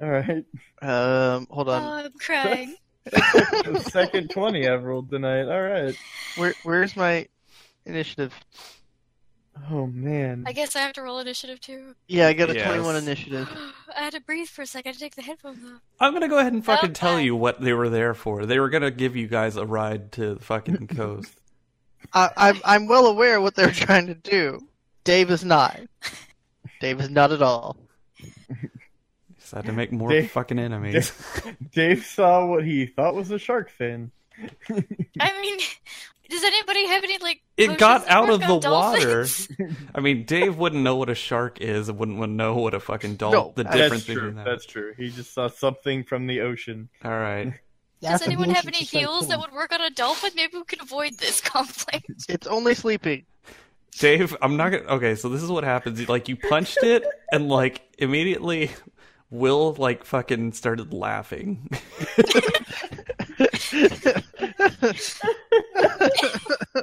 S3: All right,
S2: Um, hold on.
S4: Oh, I'm crying.
S3: the second twenty I've rolled tonight. All right.
S2: Where where's my initiative?
S3: Oh man.
S4: I guess I have to roll initiative too.
S2: Yeah, I got a
S1: Yes.
S2: 21
S4: I
S2: initiative.
S4: had to breathe for a second. I had to take the headphones off.
S1: I'm gonna go ahead and fucking tell
S4: Okay.
S1: you what they were there for. They were gonna give you guys a ride to the fucking coast.
S2: I, I'm I'm well aware of what they're trying to do. Dave is not. Dave is not at all.
S1: Just had to make more
S3: They-
S1: fucking enemies.
S3: Dave saw what he thought was a shark fin.
S4: I mean, does anybody have any like?
S1: It got
S4: potions
S1: out
S4: work
S1: of the
S4: on
S1: water.
S4: dolphins?
S1: I mean, Dave wouldn't know what a shark is. and Wouldn't want to know what a fucking dolphin.
S2: No,
S1: the
S2: that's
S1: difference
S3: That's true.
S1: between that.
S3: That's true. He just saw something from the ocean.
S1: All right.
S4: Does anyone have any heals that would work on a dolphin? Maybe we can avoid this conflict.
S2: It's only sleeping.
S1: Dave, I'm not gonna. Okay, so this is what happens. You- Like you punched it, and like immediately, Will like fucking started laughing. So,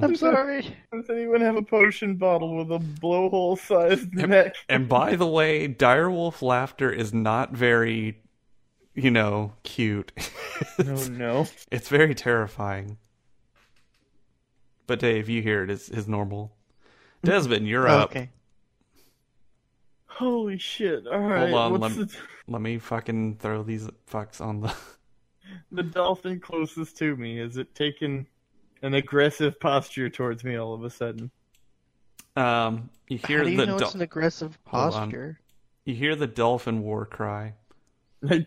S2: I'm sorry.
S3: Does anyone have a potion bottle with a blowhole sized neck?
S1: and by the way, direwolf laughter is not very, you know, cute.
S3: No, Oh, no.
S1: It's very terrifying. But Dave, you hear it is is normal. Desmond, you're up.
S2: Oh, Okay.
S3: Holy shit! All right,
S1: on,
S3: what's
S1: lem-
S3: the,
S1: Let me fucking throw these fucks on the.
S3: the dolphin closest to me? Is it taking an aggressive posture towards me all of a sudden?
S1: Um, you hear
S2: How do you
S1: the
S2: know
S1: dol-
S2: it's an aggressive
S1: Hold on.
S2: posture?
S1: you hear the dolphin war cry.
S3: I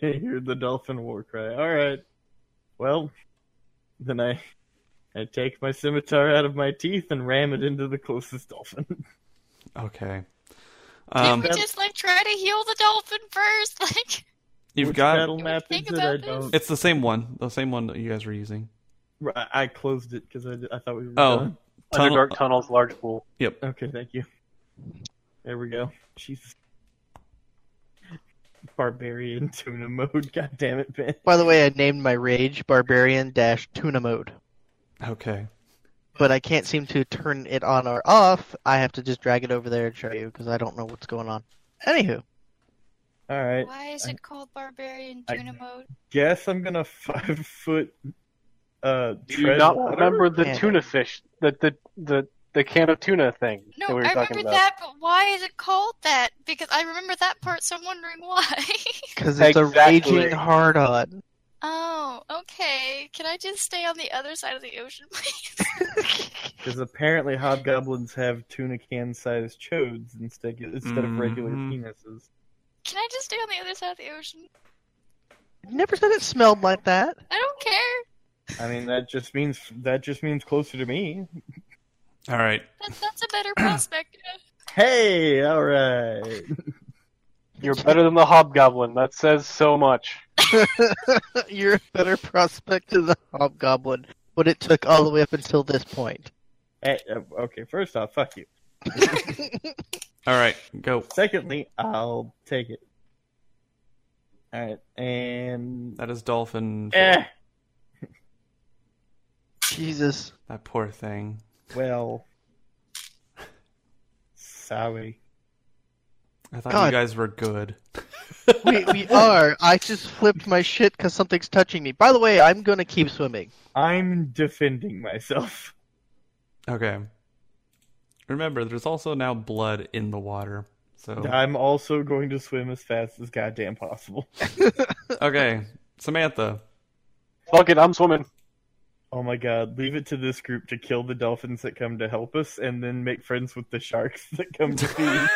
S3: hear the dolphin war cry. All right. Well, then I I take my scimitar out of my teeth and ram it into the closest dolphin.
S1: Okay.
S4: Did
S1: Um,
S4: we
S3: that-
S4: just like try to heal the dolphin first? Like,
S1: you've
S3: Which
S1: got
S3: battle
S4: Can we
S3: map
S4: think
S3: is it?
S4: about
S3: I
S4: this?
S3: don't.
S1: it's the same one, the same one that you guys were using.
S3: Right, I closed it because I, did- I thought we were
S1: Oh,
S3: done.
S1: tunnel-
S6: Underdark tunnels, large pool.
S1: Yep.
S3: Okay, thank you. There we go. Jesus. Barbarian tuna mode. God damn it, Ben.
S2: By the way, I named my rage barbarian dash tuna mode,
S1: Okay.
S2: but I can't seem to turn it on or off. I have to just drag it over there and show you because I don't know what's going on. Anywho,
S3: All right.
S4: why is it called barbarian
S3: I-
S4: tuna mode?
S3: Guess I'm gonna five foot. Uh,
S6: Do you
S3: tread
S6: not
S3: water?
S6: remember the
S2: Yeah.
S6: tuna fish? The the the the can of tuna thing
S4: No,
S6: that we were
S4: I
S6: talking
S4: remember
S6: about.
S4: that, but why is it called that? Because I remember that part, so I'm wondering why.
S2: because it's
S6: Exactly.
S2: a raging hard on.
S4: oh, okay. Can I just stay on the other side of the ocean, please?
S3: Because apparently hobgoblins have tuna can sized chodes instead instead of regular
S1: Mhm.
S3: penises.
S4: Can I just stay on the other side of the ocean?
S2: Never said it smelled like that.
S4: I don't care.
S3: I mean that just means that just means closer to me.
S1: All right.
S4: That, that's a better prospect.
S3: Hey, all right.
S6: You're better than the hobgoblin. That says so much.
S2: You're a better prospect than the hobgoblin, but it took all the way up until this point.
S3: Hey, uh, okay, first off, fuck you.
S1: All right. Go.
S3: Secondly, I'll take it. All right, and
S1: That is dolphin.
S3: eh,
S2: Jesus.
S1: That poor thing.
S3: well, sorry.
S1: I thought you
S2: God.
S1: guys were good.
S2: We, we are. I just flipped my shit because something's touching me. By the way, I'm going to keep swimming.
S3: I'm defending myself.
S1: Okay. Remember, there's also now blood in the water. So
S3: I'm also going to swim as fast as goddamn possible.
S1: okay, Samantha.
S6: Fuck it, I'm swimming.
S3: Oh my god, leave it to this group to kill the dolphins that come to help us and then make friends with the sharks that come to feed.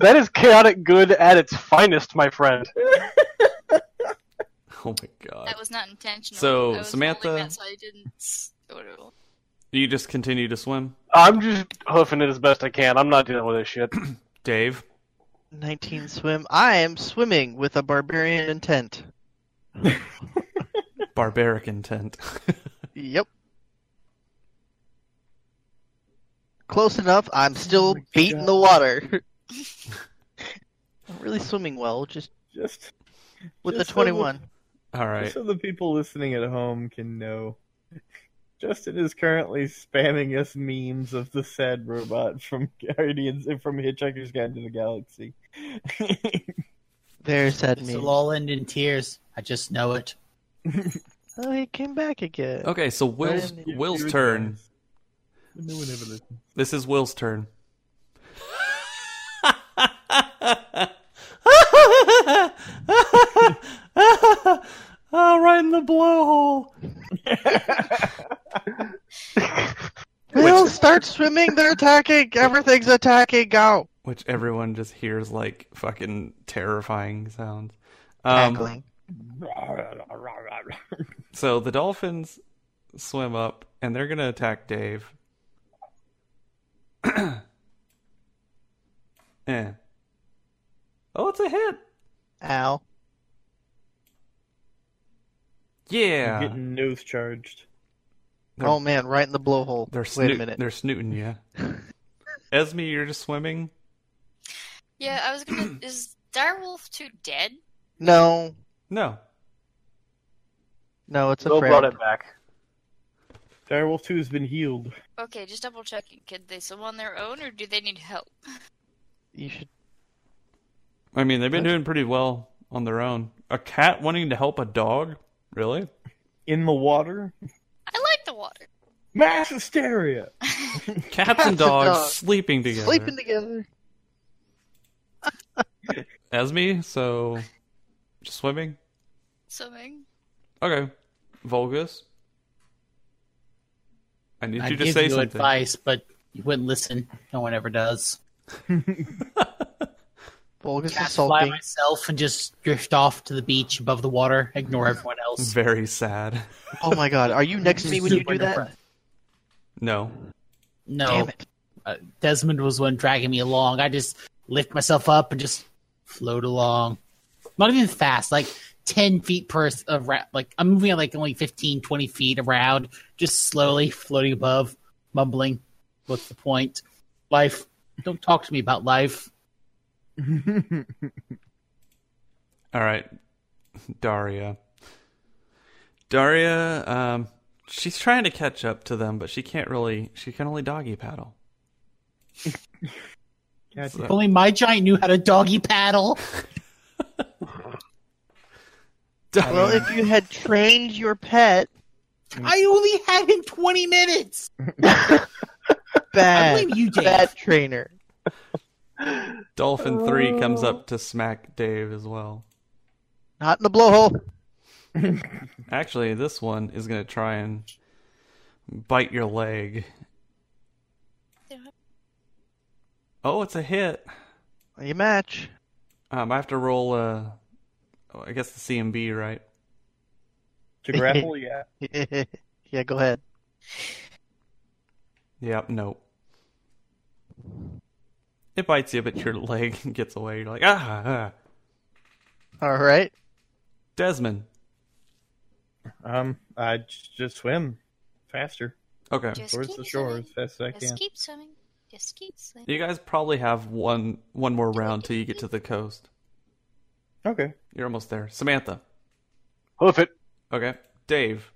S6: that is chaotic good at its finest, my friend.
S1: Oh my god.
S4: That was not intentional.
S1: So,
S4: I was
S1: Samantha-
S4: holding that so I didn't s- go to-
S1: You just continue to swim,
S6: I'm just hoofing it as best I can. I'm not dealing with this shit.
S1: Dave.
S2: 19 swim. I am swimming with a barbarian intent.
S1: Barbaric intent.
S2: Yep. Close enough. I'm still beating the water. I'm really swimming well, just
S3: Just
S2: with
S3: Just
S2: the
S3: so
S2: 21.
S1: All right.
S3: so the people listening at home can know. Justin is currently spamming us memes of the sad robot from Guardians uh, from Hitchhiker's Guide to the Galaxy.
S2: There's that
S5: This
S2: me.
S5: will all end in tears. I just know it.
S2: Oh, he came back again.
S1: Okay, so Will's
S2: didn't
S1: Will's turn.
S3: No one ever listens.
S1: This is Will's turn. oh, right in the blowhole.
S2: Will, start swimming. They're attacking. Everything's attacking. Go.
S1: Which everyone just hears like fucking terrifying sounds. Um,
S2: Tackling.
S1: so the dolphins swim up and they're going to attack Dave. eh. Oh, it's a hit.
S2: Ow.
S1: Yeah.
S3: Getting nose charged.
S1: They're-
S2: oh man, right in the blowhole.
S1: They're
S2: Wait a
S1: snoot-
S2: minute.
S1: They're snooting you. Esme, you're just swimming.
S4: Yeah, I was gonna. is Direwolf 2 dead?
S2: No,
S1: No,
S2: no, it's a
S6: Will brought
S2: friend.
S6: it back.
S3: Direwolf 2 has been healed.
S4: Okay, just double checking. Can they swim on their own or do they need help?
S2: You should.
S1: I mean they've been doing pretty well on their own. A cat wanting to help a dog, really?
S3: In the water?
S4: I like the water.
S3: Mass hysteria!
S1: Cats and
S2: and
S1: dogs
S2: dogs.
S1: sleeping together.
S2: Sleeping together.
S1: Esme, so just swimming.
S4: Swimming.
S1: Okay, Vulgus. I need
S5: I
S1: you
S5: give
S1: to say
S5: you
S1: something.
S5: advice, but you wouldn't listen. No one ever does.
S2: Vulgus is
S5: Cast fly
S2: sulking.
S5: myself and just drift off to the beach above the water. Ignore everyone else.
S1: Very sad.
S2: Oh my god, are you next to me when you
S5: Super
S2: do that?
S5: depressed.
S1: No,
S5: No,
S2: Damn it.
S5: uh, Desmond was the one dragging me along. I just lift myself up and just float along. Not even fast, like 10 feet per, s- a ra- like I'm moving at like only 15, 20 feet around, just slowly floating above, mumbling. What's the point? Life. Don't talk to me about life.
S1: All right, Daria. Daria, um, she's trying to catch up to them, but she can't really. She can only doggy paddle.
S3: Cat-
S5: If only my giant knew how to doggy paddle.
S1: Daria.
S2: Well, if you had trained your pet
S5: I only had him 20 minutes. I
S2: bad,
S5: blame you, Dave.
S2: bad trainer.
S1: Dolphin
S5: Oh.
S1: three comes up to smack Dave as well.
S2: Not in the blowhole.
S1: Actually, this one is gonna try and bite your leg. Oh, it's a hit.
S2: You match.
S1: Um, I have to roll. Uh, oh, I guess the CMB, right?
S3: to grapple, yeah.
S2: yeah, go ahead.
S1: Yep. Nope. It bites you, but your leg gets away. You're like, ah. ah.
S2: All right.
S1: Desmond.
S3: Um, I j- just swim faster
S1: Okay.
S4: Just
S3: towards
S4: keep
S3: the shore as
S4: swimming.
S3: fast as I
S4: Just
S3: can.
S4: keep swimming. Just keep swimming.
S1: You guys probably have one one more round till you get to the coast.
S3: Okay.
S1: You're almost there. Samantha.
S6: Hoof it.
S1: Okay. Dave.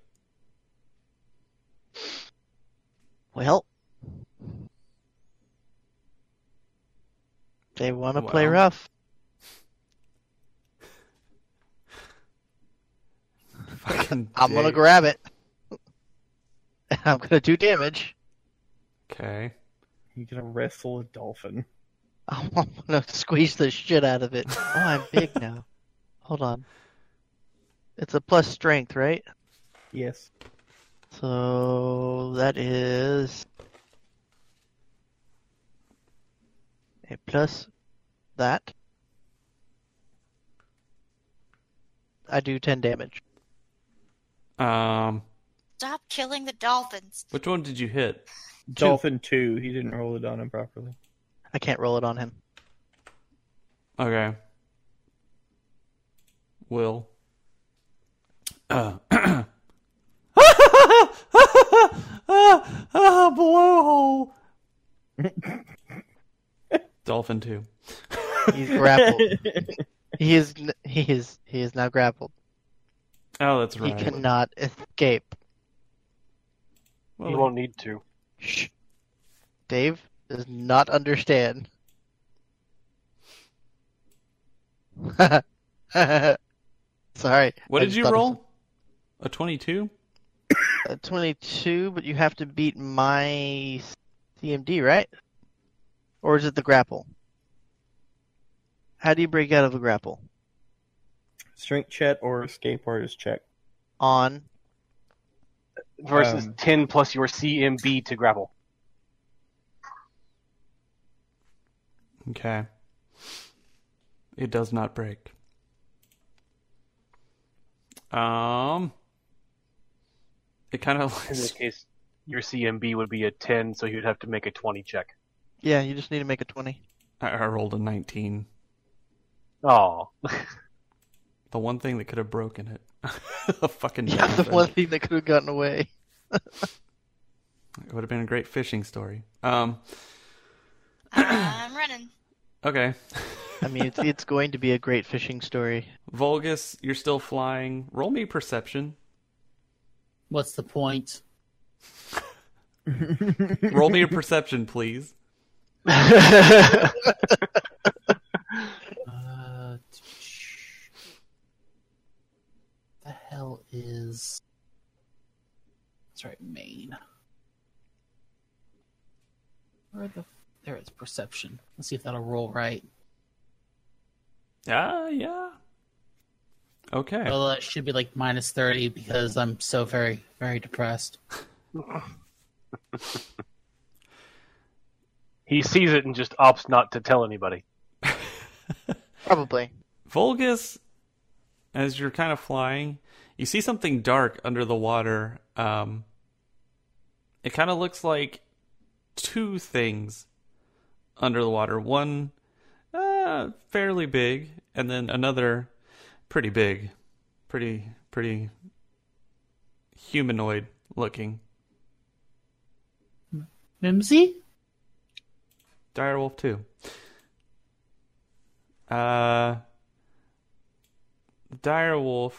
S2: Well, they want to play
S1: Well.
S2: rough.
S1: Fucking
S2: I'm gonna
S1: Dave.
S2: grab it. I'm gonna do damage.
S1: Okay.
S3: You're gonna wrestle a dolphin.
S2: I'm gonna squeeze the shit out of it. Oh, I'm big now. Hold on. It's a plus strength, right?
S3: Yes.
S2: So that is a plus that. I do 10 damage.
S1: Um,
S4: Stop killing the dolphins.
S1: which one did you hit?
S3: Dolphin two. He didn't roll it on him properly.
S2: I can't roll it on him.
S1: Okay. Will. Uh. ah, blowhole. Dolphin two.
S2: He's grappled. he is n- he is he is now grappled.
S1: Oh, that's
S2: He uh,
S1: right.
S2: cannot escape.
S1: Well,
S6: you won't need to.
S2: Shh. Dave does not understand. Sorry.
S1: what did
S2: I just
S1: you
S2: thought of
S1: roll? A twenty-two.
S2: some- a 22, but you have to beat my CMD, right? Or is it the grapple? How do you break out of a grapple?
S3: Strength check or escape artist check.
S2: On
S6: Versus
S3: Um,
S6: 10 plus your CMB to grapple.
S1: Okay. It does not break. Um. It kind of
S6: In this case, your CMB would be a 10, so you'd have to make a 20 check.
S2: Yeah, you just need to make a 20.
S1: I, I rolled a 19.
S6: Oh,
S1: The one thing that could have broken it. a fucking
S2: Yeah, the
S1: dolphin.
S2: one thing that could have gotten away.
S1: It would have been a great fishing story. Um,
S4: I'm running.
S1: okay.
S2: I mean, it's, it's going to be a great fishing story.
S1: Vulgus, you're still flying. Roll me perception.
S5: What's the point?
S1: Roll me a perception, please.
S5: Uh, t- sh- the hell is? That's right, Maine. Where the? There it's perception. Let's see if that'll roll right.
S1: Ah, yeah. Okay.
S5: Well, that should be like minus thirty because I'm so very, very depressed.
S6: he sees it and just opts not to tell anybody.
S2: Probably.
S1: Vulgus, as you're kind of flying, you see something dark under the water. Um, it kind of looks like two things under the water. One uh, fairly big, and then another pretty big, pretty pretty humanoid looking.
S5: Mimsy?
S1: Direwolf too. Uh, Direwolf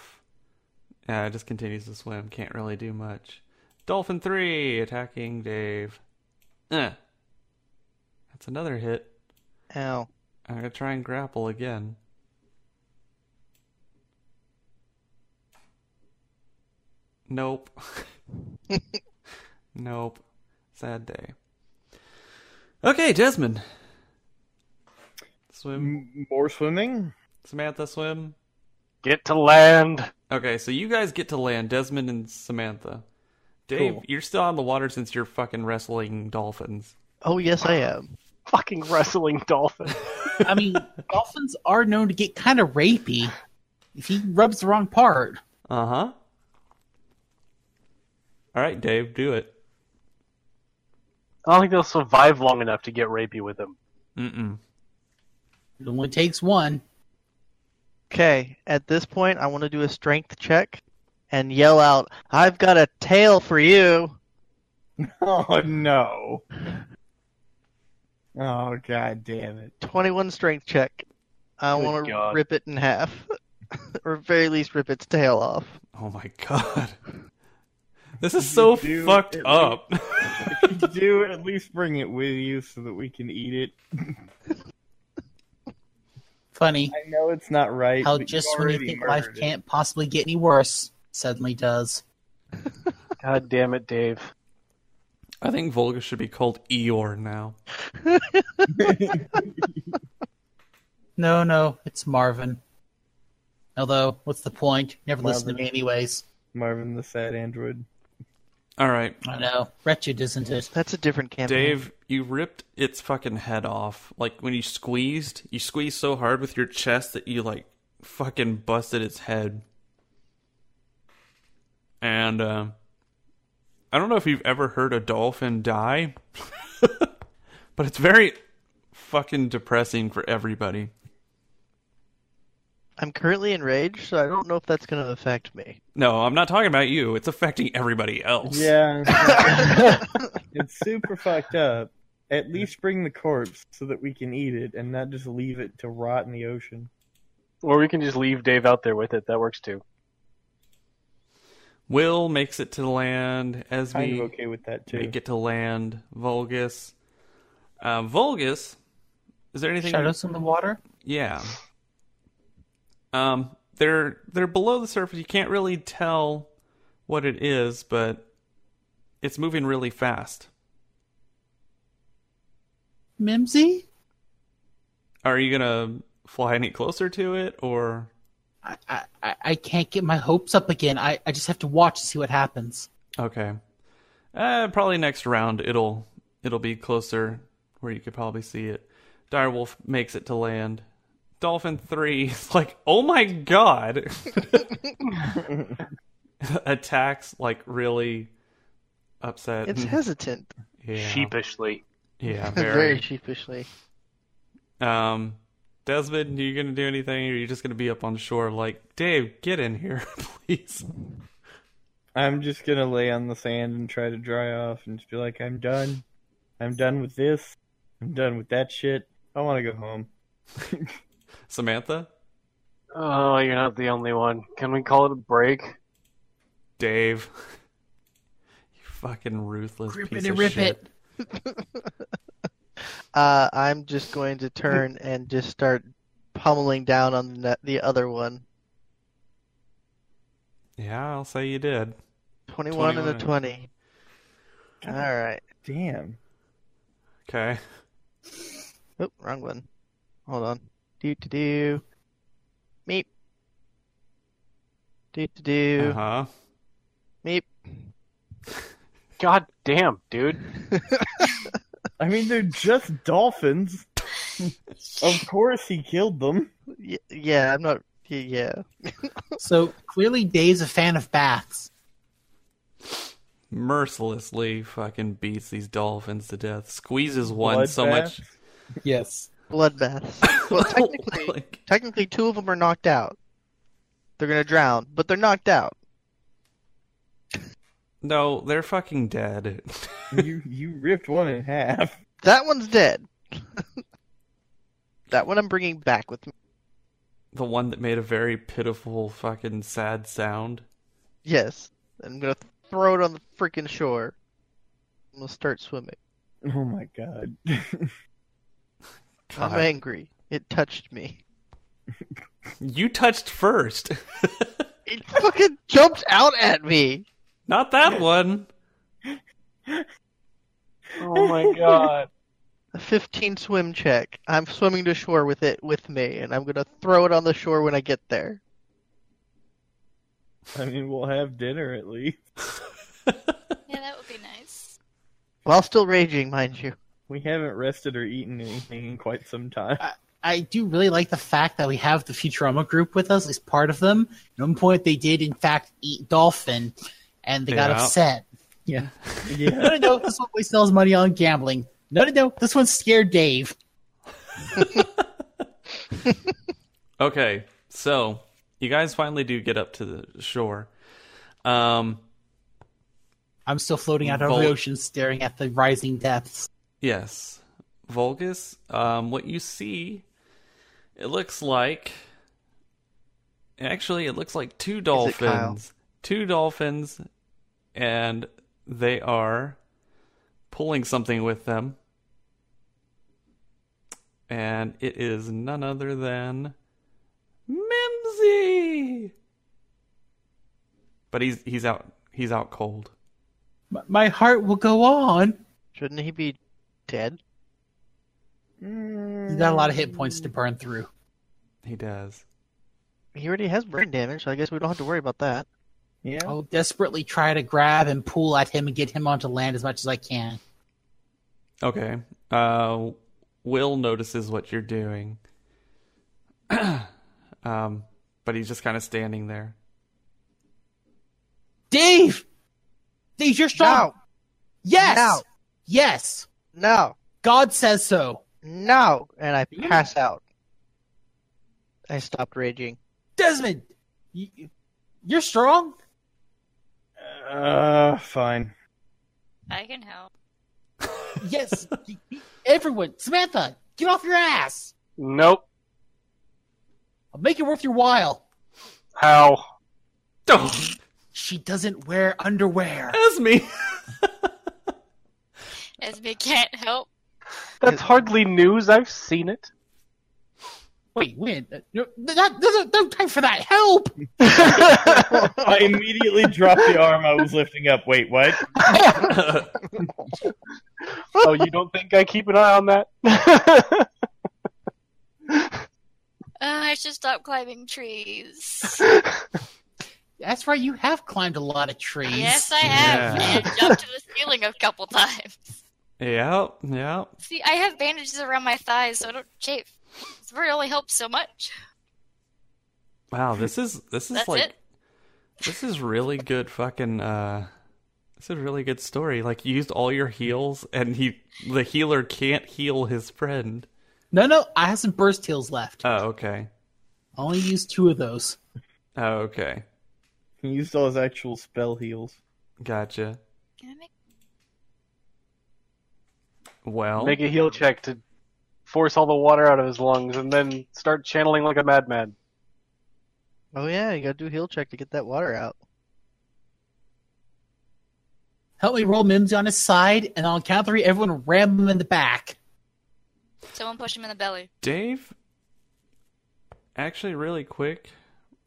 S1: uh, just continues to swim. Can't really do much. Dolphin three attacking Dave. Eh. That's another hit.
S2: Ow.
S1: I'm gonna try and grapple again. Nope. nope. Sad day. Okay, Desmond. Swim.
S3: M- More swimming.
S1: Samantha, swim.
S6: Get to land!
S1: Okay, so you guys get to land, Desmond and Samantha. Dave,
S5: Cool.
S1: you're still on the water since you're fucking wrestling dolphins.
S2: Oh, yes, I am.
S6: Fucking wrestling dolphin.
S5: I mean, dolphins are known to get kind of rapey if he rubs the wrong part.
S1: Uh huh. All right, Dave, do it.
S6: I don't think they'll survive long enough to get rapey with him.
S1: Mm mm.
S5: It only takes one.
S2: Okay, at this point, I want to do a strength check and yell out, I've got a tail for you!
S3: Oh no. Oh god damn it.
S2: 21 strength check. I
S6: Good
S2: want to
S6: God.
S2: rip it in half. or at very least, rip its tail off.
S1: Oh my god. This is so
S3: do
S1: fucked
S3: at
S1: up.
S3: If you do at least bring it with you so that we can eat it.
S5: Funny
S3: I know it's not right.
S5: how
S3: but you've
S5: just when you
S3: already
S5: think life
S3: murdered it.
S5: can't possibly get any worse, suddenly does.
S6: God damn it, Dave.
S1: I think Volga should be called Eeyore now.
S5: No, no, it's Marvin. Although, what's the point? Never listen to
S3: Marvin.
S5: me anyways.
S3: Marvin the sad android.
S1: All right,
S5: I know. Wretched, isn't it?
S2: That's a different campaign.
S1: Dave, you ripped its fucking head off. Like when you squeezed, you squeezed so hard with your chest that you like fucking busted its head. And uh, I don't know if you've ever heard a dolphin die, but it's very fucking depressing for everybody.
S2: I'm currently enraged, so I don't know if that's going to affect me.
S1: No, I'm not talking about you. It's affecting everybody else.
S3: Yeah, it's- it's super fucked up. At least bring the corpse so that we can eat it and not just leave it to rot in the ocean.
S6: Or we can just leave Dave out there with it. That works too.
S1: Will makes it to land as
S3: Kind
S1: we
S3: of okay with that too.
S1: we get to land. Vulgus, uh, Vulgus, is there anything?
S5: Shadows in the water.
S1: Yeah. Um, they're they're below the surface. You can't really tell what it is, but it's moving really fast.
S5: Mimsy?
S1: Are you gonna fly any closer to it, or
S5: I, I, I- I can't get my hopes up again. I, I just have to watch to see what happens.
S1: okay? Uh, probably next round it'll it'll be closer where you could probably see it. Direwolf makes it to land. Dolphin three is like, oh my god, attacks like really upset.
S2: It's
S1: and-
S2: hesitant,
S1: yeah,
S6: Sheepishly.
S1: Yeah,
S2: very,
S1: very.
S2: sheepishly.
S1: Um, Desmond, are you gonna do anything, or are you just gonna be up on shore? Like, Dave, get in here, please.
S3: I'm just gonna lay on the sand and try to dry off and just be like, I'm done. I'm done with this. I'm done with that shit. I want to go home.
S1: Samantha,
S6: Oh, you're not the only one. Can we call it a break?
S1: Dave, you fucking ruthless
S5: Rip
S1: piece
S5: it and
S1: of
S5: rip
S1: shit.
S5: it.
S2: Uh, I'm just going to turn and just start pummeling down on the, net, the other one.
S1: Yeah, I'll say you did.
S2: 21, and a 20. All right.
S3: Damn.
S1: Okay,
S2: Oh, wrong one. Hold on. Do to do. Meep. Do to do.
S1: uh huh.
S2: Meep.
S6: God damn, dude.
S3: I mean, they're just dolphins. of course, he killed them.
S2: Y- yeah, I'm not. y- Yeah.
S5: So clearly, Dave's a fan of baths.
S1: Mercilessly fucking beats these dolphins to death. Squeezes one so much.
S3: Bloodbath.
S5: Yes.
S2: Bloodbath. Well, technically,
S1: Like,
S2: technically, two of them are knocked out. They're gonna drown, but they're knocked out.
S1: no, they're fucking dead.
S3: you you ripped one in half.
S2: That one's dead. that one I'm bringing back with me.
S1: the one that made a very pitiful fucking sad sound.
S2: Yes. I'm gonna throw it on the freaking shore. I'm gonna start swimming.
S3: Oh my god.
S2: I'm
S1: God.
S2: angry. It touched me.
S1: You touched first.
S2: It fucking jumped out at me.
S1: Not that one.
S6: Oh my god.
S2: A 15 swim check. I'm swimming to shore with it with me, and I'm gonna throw it on the shore when I get there.
S3: I mean, we'll have dinner at least.
S4: Yeah, that would be nice.
S2: While still raging, mind you.
S3: We haven't rested or eaten anything in quite some time.
S5: I do really like the fact that we have the Futurama group with us, at least part of them. At one point, they did, in fact, eat dolphin, and they got
S1: Yeah.
S5: upset. Yeah. No,
S3: Yeah.
S5: no, no. This one wastes all his money on gambling. No, no, no. This one scared Dave.
S1: Okay, so you guys finally do get up to the shore. Um,
S5: I'm still floating out over
S1: Vol-
S5: the ocean, staring at the rising depths.
S1: yes, Vulgus. Um, what you see, it looks like. Actually, it looks like two
S2: Kyle?
S1: dolphins. Two dolphins, and they are pulling something with them. And it is none other than Mimsy. But he's he's out he's out cold.
S5: M- my heart will go on.
S2: Shouldn't he be dead?
S5: He's got a lot of hit points to burn through.
S1: He does.
S2: He already has brain damage, so I guess we don't have to worry about that.
S3: yeah.
S5: I'll desperately try to grab and pull at him and get him onto land as much as I can.
S1: Okay. Uh, Will notices what you're doing. um, but he's just kind of standing there.
S5: Dave! Dave, you're strong.
S2: No,
S5: Yes!
S2: No.
S5: Yes!
S2: no,
S5: God says so.
S2: no, and I pass out. I stopped raging.
S5: Desmond! You, you're strong?
S3: Uh, fine.
S4: I can help.
S5: Yes. Everyone, Samantha, get off your ass.
S6: Nope.
S5: I'll make it worth your while.
S6: How?
S5: She doesn't wear underwear.
S1: That's me.
S4: Esme can't help.
S6: That's hardly news. I've seen it.
S5: Wait, when? Uh, no, That, there's no- no time for that. Help!
S3: I immediately dropped the arm I was lifting up. Wait, what?
S6: oh, you don't think I keep an eye on that?
S4: Uh, I should stop climbing trees.
S5: That's right, you have climbed a lot of trees.
S4: yes, I have.
S1: Yeah.
S4: And jumped to the ceiling a couple times.
S1: Yep, yep.
S4: See, I have bandages around my thighs, so I don't chafe. This really only helps so much.
S1: Wow, this is this is
S4: That's
S1: like
S4: it.
S1: this is really good fucking uh this is a really good story. Like you used all your heals and he the healer can't heal his friend.
S5: No, no, I have some burst heals left. I
S1: Oh, okay.
S5: only used two of those.
S1: Oh, okay.
S3: He used all his actual spell heals.
S1: Gotcha.
S4: Can I make
S1: Well
S6: Make a heal check to force all the water out of his lungs, and then start channeling like a madman.
S2: Oh yeah, you gotta do heal check to get that water out.
S5: Help me roll Mims on his side, and on count three, everyone ram him in the back.
S4: someone push him in the belly?
S1: Dave actually really quick.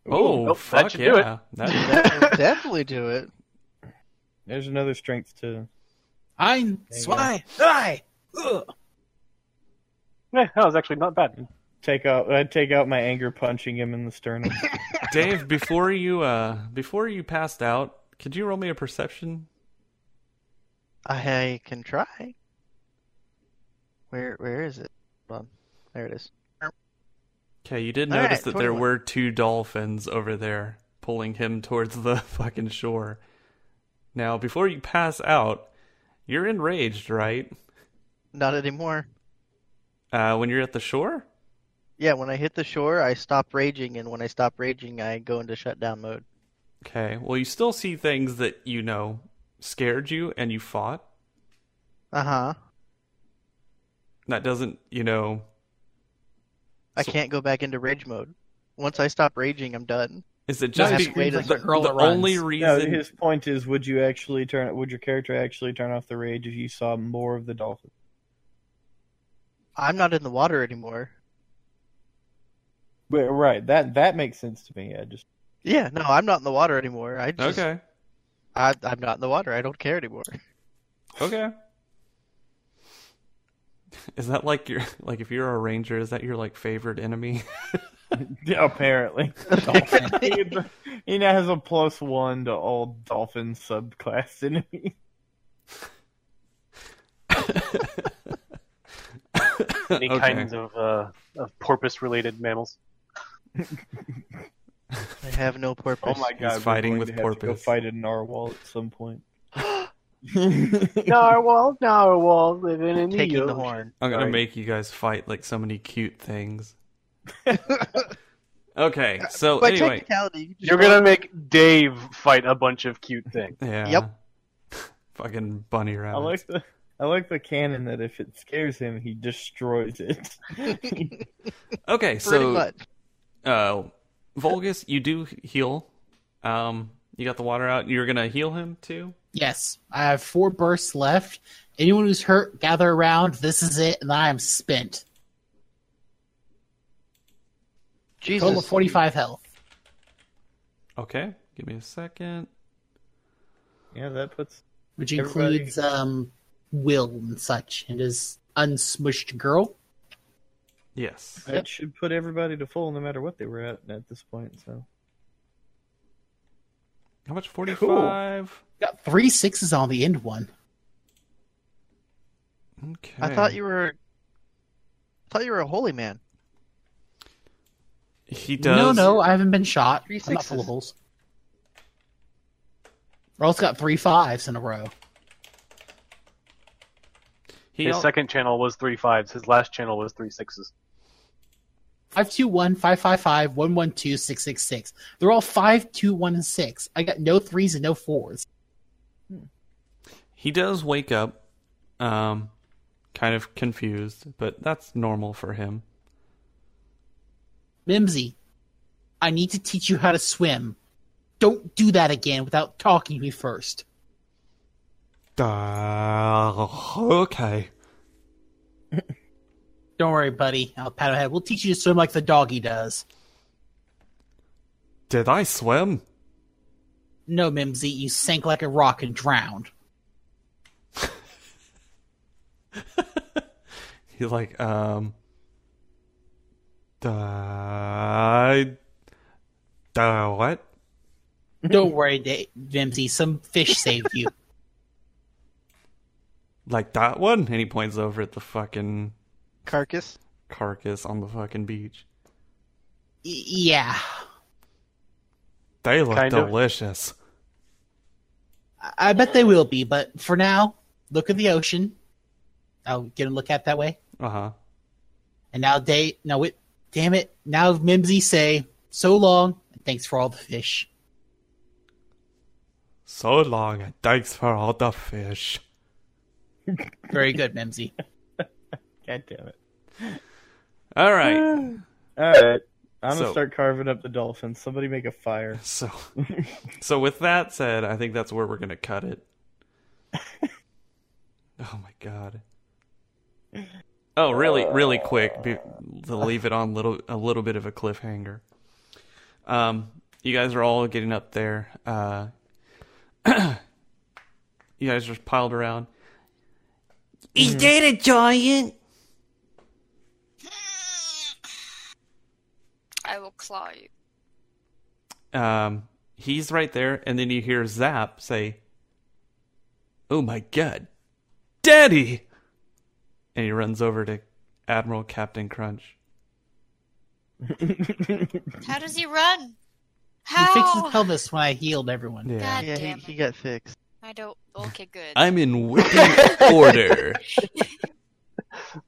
S1: Oh,
S6: nope, that
S1: fuck
S6: should do it.
S1: yeah. That-
S2: That will definitely do it.
S3: There's another strength to.
S5: Ein,
S3: you
S5: zwei, drei. Ugh.
S6: Yeah, that was actually not bad.
S3: Take out, I'd take out my anger punching him in the sternum.
S1: Dave, before you uh before you passed out, could you roll me a perception?
S2: I can try. Where where is it? Hold on. There it is.
S1: Okay, you did
S2: All
S1: notice
S2: right,
S1: that there
S2: 21.
S1: were two dolphins over there pulling him towards the fucking shore. Now, before you pass out, you're enraged, right?
S2: Not anymore.
S1: Uh, when you're at the shore?
S2: Yeah, when I hit the shore, I stop raging, and when I stop raging, I go into shutdown mode.
S1: Okay, well, you still see things that, you know, scared you and you fought.
S2: Uh
S1: Uh-huh.
S2: huh.
S1: That doesn't, you know,
S2: I can't go back into rage mode. Once I stop raging, I'm done.
S1: is it
S5: No,
S1: just
S2: I
S1: be-
S2: just waited
S1: the,
S5: for the girl
S1: the
S5: that runs.
S1: only
S5: No,
S3: No,
S1: reason?
S3: his point is: would you actually turn? Would your character actually turn off the rage if you saw more of the dolphin?
S2: I'm not in the water anymore.
S3: Well, Right. That that makes sense to me. I just
S2: Yeah, no, I'm not in the water anymore. I just,
S1: Okay,
S2: I, I'm not in the water. I don't care anymore.
S1: okay. Is that like your like if you're a ranger? Is that your like favorite enemy?
S3: apparently
S5: Dolphin.
S3: he, he now has a plus one to all dolphin subclass enemies.
S6: Any
S1: Okay.
S6: kinds of uh, of porpoise-related mammals.
S2: I have no
S3: Oh
S2: purpose.
S1: Oh God, we're fighting going with to have to go
S3: Go
S1: porpoise. fight
S3: fight a narwhal at some point.
S6: narwhal, narwhal, living in
S2: Taking the horn.
S1: I'm gonna
S6: Sorry.
S1: make you guys fight like so many cute things. okay, so
S2: By
S1: anyway,
S2: technicality, you just
S6: You're
S2: roll-
S6: gonna make Dave fight a bunch of cute things.
S1: yeah,
S2: Yep.
S1: fucking bunny
S3: I
S1: rabbit.
S3: like the I like the canon that if it scares him, he destroys it.
S1: okay,
S2: pretty
S1: so
S2: much.
S1: uh, Volgus, you do heal. Um, you got the water out. You're gonna heal him too.
S5: Yes, I have four bursts left. Anyone who's hurt, gather around. This is it, and I am spent. Total of
S2: Jesus.
S5: 45 health.
S1: Okay, give me a second.
S3: yeah, that puts
S5: which
S3: Everybody-
S5: includes um, Will and such, and his unsmushed girl.
S1: Yes.
S3: that should put everybody to full, no matter what they were at at this point. So
S1: How much? Forty-five.
S5: Got three sixes on the end one.
S1: Okay.
S2: I thought you were. I thought you were a holy man.
S1: He does.
S5: No, no, I haven't been shot.
S2: Three
S5: I'm not full
S2: sixes.
S5: of holes. Earl's got three fives in a row.
S1: He
S6: his
S1: al-
S6: second channel was three fives. His last channel was three sixes.
S5: Five two one five five five one one two six six six. They're all five two one and six. I got no threes and no fours.
S1: He does wake up, um, kind of confused, but that's normal for him.
S5: Mimsy, I need to teach you how to swim. Don't do that again without talking to me first.
S1: Uh, okay.
S5: Don't worry, buddy. I'll pat him head. We'll teach you to swim like the doggy does.
S1: Did I swim?
S5: No, Mimsy, you sank like a rock and drowned.
S1: He's like, um, die, die what?
S5: Don't worry, Da- Mimsy. Some fish saved you.
S1: Like that one? And he points over at the fucking
S2: Carcass.
S1: carcass on the fucking beach.
S5: Y- yeah,
S1: They look
S6: Kind of.
S1: delicious.
S5: I-, I bet they will be. But for now, look at the ocean. I'll get a look at it that way.
S1: Uh huh.
S5: And now, day. No, wait. Damn it. Now, Mimsy, say so long. and Thanks for all the fish.
S1: So long, and thanks for all the fish.
S5: Very good, Mimsy.
S3: God damn it.
S1: All right.
S3: All right. I'm
S1: So-
S3: gonna start carving up the dolphins. Somebody make a fire.
S1: So, so with that said, I think that's where we're gonna cut it. oh my god. Oh, really, really quick be, to leave it on little a little bit of a cliffhanger. Um, you guys are all getting up there. Uh, you guys are piled around.
S7: Is that a giant?
S4: I will claw you.
S1: Um, he's right there, and then you hear Zap say, "Oh my God, Daddy!" And he runs over to Admiral Captain Crunch.
S4: How does he run?
S5: He
S4: How?
S5: fixed his pelvis when I healed everyone.
S4: God
S2: Yeah, he,
S4: damn
S2: he
S4: it.
S2: got fixed.
S4: I don't. Okay, good.
S1: I'm in whipping order.
S4: At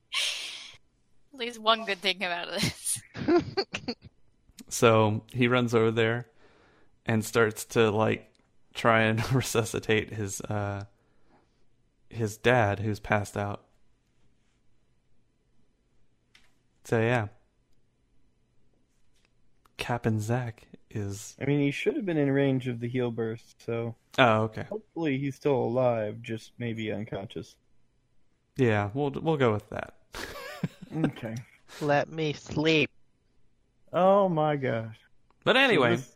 S4: least one good thing about this.
S1: So he runs over there and starts to like try and resuscitate his uh his dad who's passed out. So yeah. Captain Zach is
S3: I mean, he should have been in range of the heel burst, so
S1: Oh, okay.
S3: hopefully he's still alive, just maybe unconscious.
S1: Yeah, we'll we'll go with that.
S3: Okay.
S2: Let me sleep.
S3: Oh my gosh.
S1: But
S3: So
S1: anyway,
S3: this,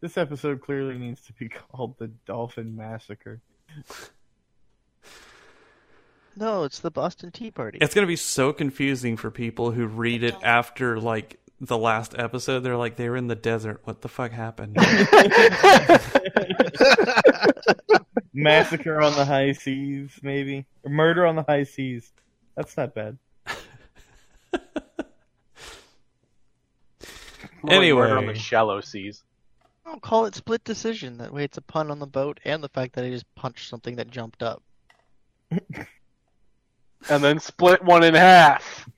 S3: this episode clearly needs to be called the Dolphin Massacre.
S2: No, it's the Boston Tea Party.
S1: it's going to be so confusing for people who read it after like the last episode. They're like they were in the desert. What the fuck happened?
S3: Massacre on the High Seas, maybe, or Murder on the High Seas. That's not bad.
S6: More like murder on
S1: Anyway.
S6: the shallow seas.
S2: I'll call it split decision. That way, it's a pun on the boat and the fact that I just punched something that jumped up.
S6: And then split one in half.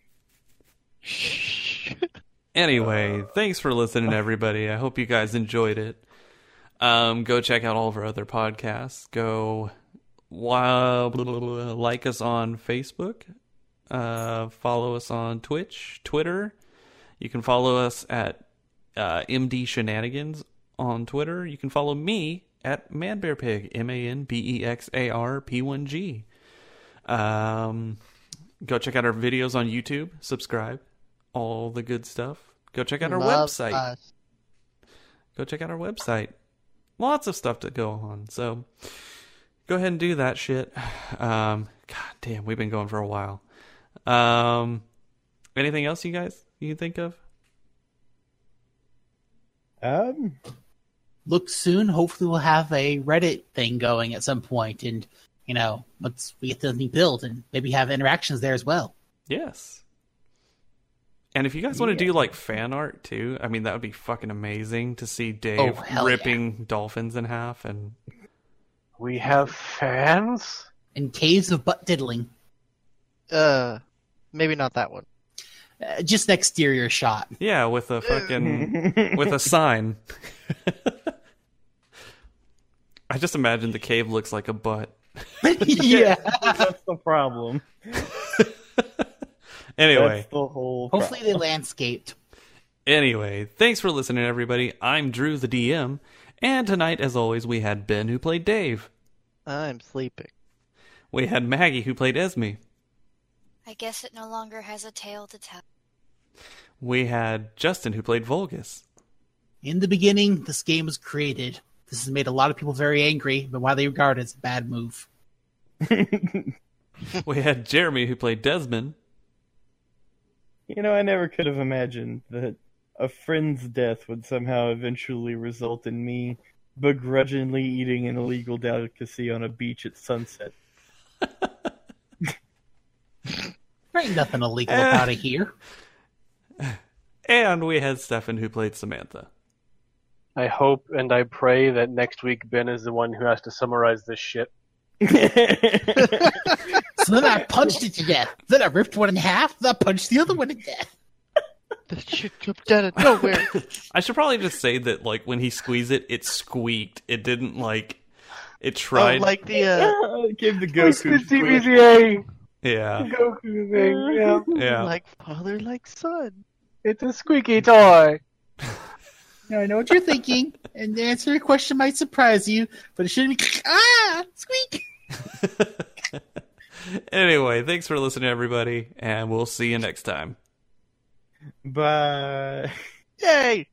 S1: Anyway, thanks for listening, everybody. I hope you guys enjoyed it. Um, go check out all of our other podcasts. Go wa- blah, blah, blah, like us on Facebook. Uh, follow us on Twitch, Twitter. You can follow us at uh, MD Shenanigans on Twitter. You can follow me at ManBearPig, M A N B E X A R P 1 G. Um, go check out our videos on YouTube. Subscribe, all the good stuff. Go check out our
S2: Love
S1: website
S2: us.
S1: go check out our website. Lots of stuff to go on. So go ahead and do that shit. Um, God damn, we've been going for a while. Um, anything else you guys you can think of?
S3: Um,
S5: Look soon. Hopefully, we'll have a Reddit thing going at some point, and you know, once we get the new build and maybe have interactions there as well.
S1: Yes. And if you guys want to do like fan art too, I mean that would be fucking amazing to see Dave
S5: hell yeah.
S1: ripping dolphins in half and
S6: We have fans?
S5: And caves of butt diddling.
S2: Uh, maybe not that one.
S5: Uh, just an exterior shot.
S1: yeah, with a fucking with a sign. I just imagine the cave looks like a butt.
S5: yeah.
S3: That's the problem.
S1: Anyway,
S3: That's the whole.
S5: Hopefully they landscaped.
S1: Anyway, thanks for listening, everybody. I'm Drew, the DM, and tonight, as always, we had Ben who played Dave.
S2: I'm sleeping.
S1: We had Maggie who played Esme.
S4: I guess it no longer has a tale to tell.
S1: We had Justin who played Vulgus.
S5: In the beginning, this game was created. This has made a lot of people very angry, but why they regard it as a bad move.
S1: we had Jeremy who played Desmond.
S3: You know, I never could have imagined that a friend's death would somehow eventually result in me begrudgingly eating an illegal delicacy on a beach at sunset.
S5: There ain't nothing illegal about it here.
S1: And we had Stefan who played Samantha.
S6: I hope and I pray that next week Ben is the one who has to summarize this shit.
S5: So then I punched it to death. Then I ripped one in half. Then I punched the other one to death.
S2: That shit jumped out of nowhere.
S1: I should probably just say that, like, when he squeezed it, it squeaked. It didn't, like, it tried.
S2: Oh, like the uh,
S3: Give the Goku squeeze.
S6: TVZA
S1: yeah.
S6: Goku thing, yeah.
S1: Yeah.
S2: like father, like son.
S6: It's a squeaky toy.
S5: Now I know what you're thinking, and the answer to your question might surprise you, but it shouldn't be ah squeak.
S1: anyway, thanks for listening, everybody, and we'll see you next time.
S3: Bye.
S2: Yay!